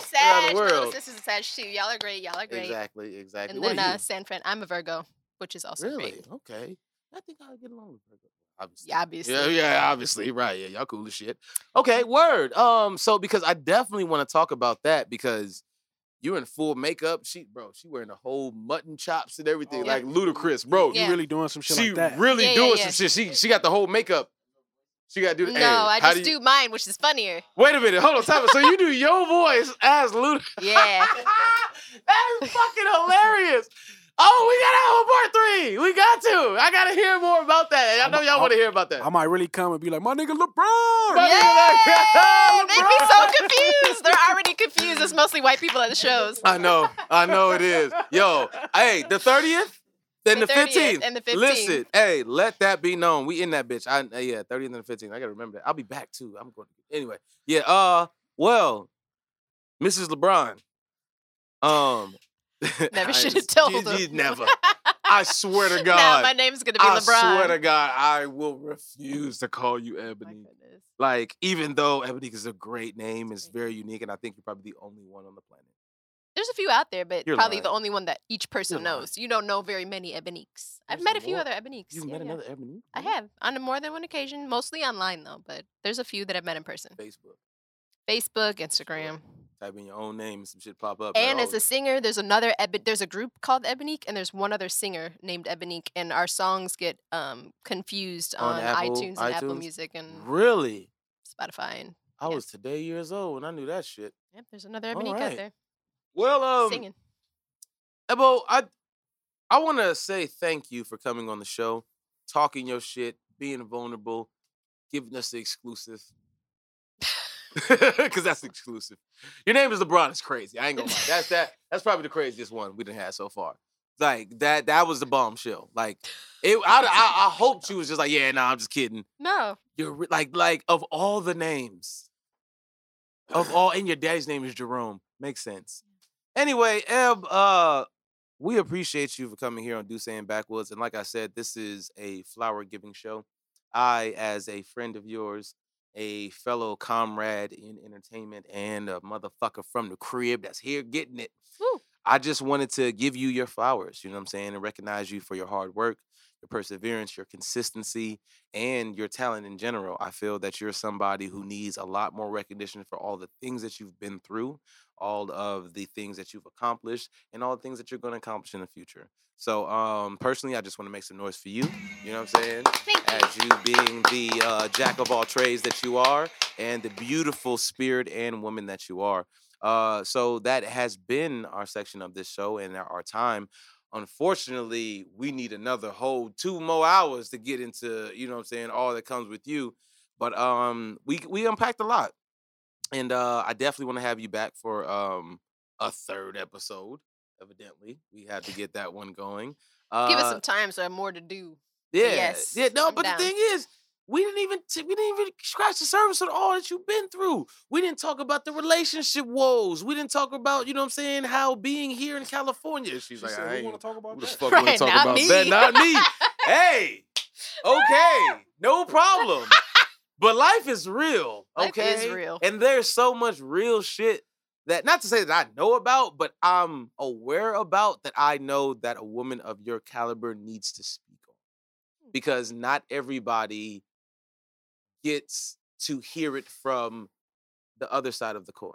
the Sag, no, world. this is a Sag too. Y'all are great. Y'all are great. Exactly, exactly. And What then are uh, you? San Fran. I'm a Virgo, which is also really? great. Okay. I think I'll get along with her. Obviously. Yeah, obviously. Yeah, yeah, obviously, right. Yeah, y'all cool as shit. Okay, word. Um, so because I definitely want to talk about that because you're in full makeup. She, bro, she wearing the whole mutton chops and everything, Oh, like Yep. ludicrous, bro. You Yeah. really doing some shit She like that? really Yeah, yeah, doing yeah. some shit. She she got the whole makeup. She got to do. No, hey, I how just do, do, you- mine, which is funnier. Wait a minute, hold on, time. out. So you do your voice as Luda. Yeah. That's fucking hilarious. Oh, we gotta have a part three. We got to. I gotta hear more about that. I know y'all want to hear about that. I might really come and be like, my nigga LeBron. My nigga, Yay! like, They'd be so confused. They're already confused. It's mostly white people at the shows. I know, I know it is. Yo, hey, the thirtieth, then the The 30th fifteenth, and the 15th. Listen, hey, let that be known. We in that bitch. I uh, yeah, thirtieth and the fifteenth. I gotta remember that. I'll be back too. I'm going. Anyway, yeah. Uh, well, Mrs. LeBron. Um, Never I should just- have told you- them. you Never. I swear to Now God. my name's gonna be I LeBron. Oh swear to God, I will refuse to call you My Ebony. goodness. Like, even though Ebony is a great name, it's very unique, and I think you're probably the only one on the planet. There's a few out there, but You're probably the lying. only one that each person You're lying. knows. You don't know very many Eboniques. I've There's met a few more? other Eboniques. You've Yeah, met yeah. another Ebony? I Really? have on a more than one occasion, mostly online though. But there's a few that I've met in person. Facebook. Facebook, Instagram. Type in your own name, some shit pop up. oh And like, as a singer, there's another Eb- there's a group called Ebonique, and there's one other singer named Ebonique, and our songs get um confused On on, Apple- iTunes and Apple iTunes? Music and oh, really? Spotify. And I Yeah. was today years old and I knew that shit. yep, there's another All Ebonique right. out there Well, um, singing. Ebo, I I want to say thank you for coming on the show, talking your shit, being vulnerable, giving us the exclusive. Cause that's exclusive. Your name is LeBron. It's crazy. I ain't gonna lie. That's that. That's probably the craziest one we done had so far. Like that. That was the bombshell. Like it. I. I, I hoped you was just like, yeah, no, I'm just kidding. No, You're re- like like of all the names, of all and your daddy's name is Jerome. Makes sense. Anyway, Eb, uh, we appreciate you for coming here on Do Saying Backwoods. And like I said, this is a flower giving show. I, as a friend of yours, a fellow comrade in entertainment, and a motherfucker from the crib that's here getting it. Woo. I just wanted to give you your flowers, you know what I'm saying, and recognize you for your hard work, your perseverance, your consistency, and your talent in general. I feel that you're somebody who needs a lot more recognition for all the things that you've been through, all of the things that you've accomplished, and all the things that you're going to accomplish in the future. So, um, personally, I just want to make some noise for you. You know what I'm saying? thank you. As you being the uh, jack of all trades that you are, and the beautiful spirit and woman that you are. Uh, so that has been our section of this show and our- our time. Unfortunately, we need another whole two more hours to get into, you know what I'm saying, all that comes with you. But um we we unpacked a lot. And uh I definitely want to have you back for um a third episode. Evidently, we had to get that one going. Uh, Give us some time, so I have more to do. yeah. Yes, Yeah, no, I'm but down. the thing is, We didn't even t- we didn't even scratch the surface on all that you've been through. We didn't talk about the relationship woes. We didn't talk about you know what I'm saying how being here in California. She's like, I we ain't want to talk about who the that. fuck want to Right, talk not about me. that? Not me. hey, okay, no problem. But life is real. Life Okay, is real. And there's so much real shit that not to say that I know about, but I'm aware about that. I know that a woman of your caliber needs to speak on Hmm. because not everybody gets to hear it from the other side of the coin.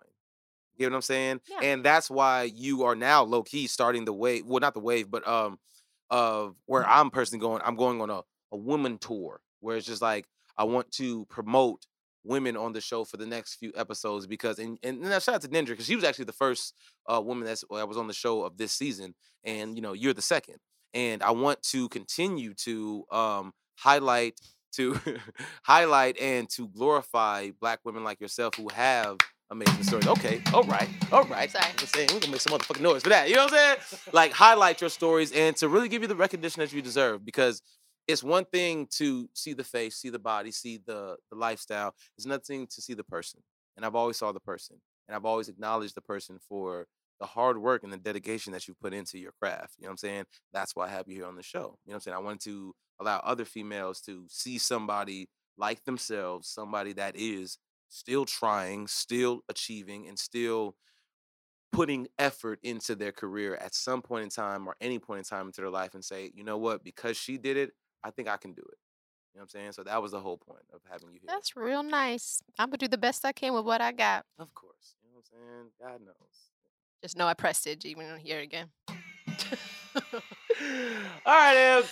You know what I'm saying? Yeah. And that's why you are now low key starting the wave. Well, not the wave, but um, of where Mm-hmm. I'm personally going. I'm going on a a woman tour where it's just like I want to promote women on the show for the next few episodes because and and, and shout out to Ninja because she was actually the first uh, woman that's that was on the show of this season, and you know you're the second, and I want to continue to um highlight to highlight and to glorify black women like yourself who have amazing stories. Okay, all right, all right. Sorry. I'm saying we're gonna make some motherfucking noise for that. You know what I'm saying? like highlight your stories and to really give you the recognition that you deserve because it's one thing to see the face, see the body, see the the lifestyle. It's another thing to see the person. And I've always saw the person. And I've always acknowledged the person for the hard work and the dedication that you put into your craft. You know what I'm saying? That's why I have you here on the show. You know what I'm saying? I wanted to allow other females to see somebody like themselves, somebody that is still trying, still achieving, and still putting effort into their career at some point in time or any point in time into their life and say, you know what, because she did it, I think I can do it. You know what I'm saying? So that was the whole point of having you here. That's real nice. I'm gonna do the best I can with what I got. of course. You know what I'm saying? God knows. Just know I pressed it. You don't hear it again. All right, Em.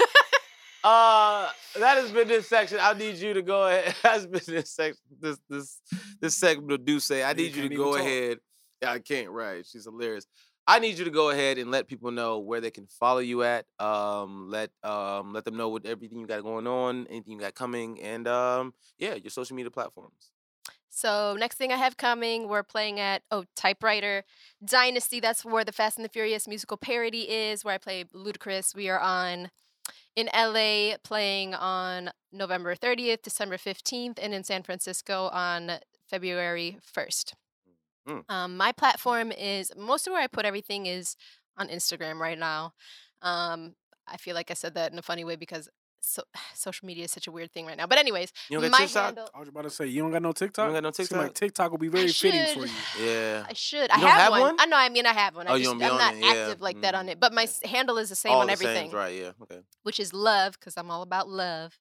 Uh, that has been this section. I need you to go ahead. That's been this section. This this this segment of Duce. I And you need you, can't to even go talk. ahead. Yeah, I can't. Right? She's hilarious. I need you to go ahead and let people know where they can follow you at. Um, let um let them know what everything you got going on, anything you got coming, and um yeah, your social media platforms. So next thing I have coming, we're playing at oh Typewriter Dynasty. That's where the Fast and the Furious musical parody is, where I play Ludacris. We are on in LA playing on November 30th, December 15th, and in San Francisco on February 1st. Mm. Um, my platform is most of where I put everything is on Instagram right now. Um, I feel like I said that in a funny way because so, social media is such a weird thing right now. But anyways, You don't my got TikTok? handle. I was about to say, you don't got no TikTok. got no Seem TikTok? like TikTok will be very fitting for should. you. Yeah. I should. I You don't have have one. one? I know. I mean, I have one. I Oh, you just, don't I'm be on not it, yeah. active like that on Mm, it. But my yeah. s- handle is the same All on the same, everything, Right. Yeah. Okay. which is love because I'm all about love.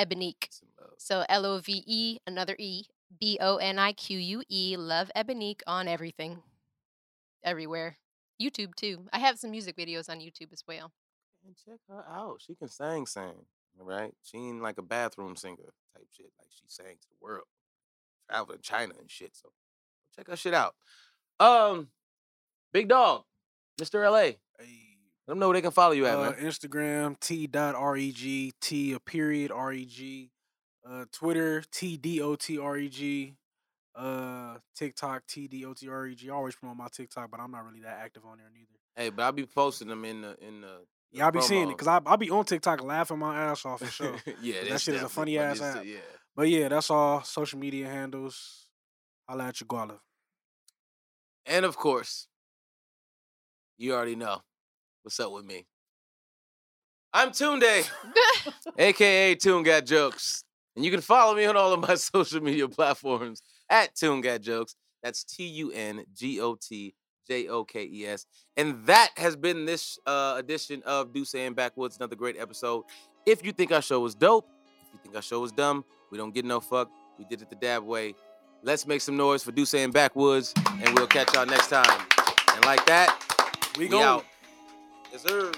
Ebonique. Some love. So L O V E, another E, B O N I Q U E. Love Ebonique on everything, everywhere. YouTube too. I have some music videos on YouTube as well. and check her out. She can sing, sing, right? She ain't like a bathroom singer type shit. Like she sang to the world, traveled to China and shit. So check her shit out. Um, big dog, Mr. LA. Let them know where they can follow you at, Uh, man. Instagram t dot reg t a period reg, uh, Twitter t d o t reg, uh, TikTok t d o t reg. I always promote my TikTok, but I'm not really that active on there neither. Hey, but I'll be posting them in the in the. the Yeah, I be seeing it because promo. I I be on TikTok laughing my ass off for sure. yeah, that that's shit is a definitely funny one. ass It's- app. Yeah. but yeah, that's all social media handles. Holla at your guala. And of course, you already know what's up with me. I'm Tunde, aka Tune Got Jokes. And you can follow me on all of my social media platforms at Tune Got Jokes. That's T U N G O T J O K E S. And that has been this uh, edition of Deuce and Backwoods, another great episode. If you think our show was dope, if you think our show was dumb, we don't get no fuck. We did it the dab way. Let's make some noise for Deuce and Backwoods, and we'll catch y'all next time. And like that, We we, go. out. Yes, sir.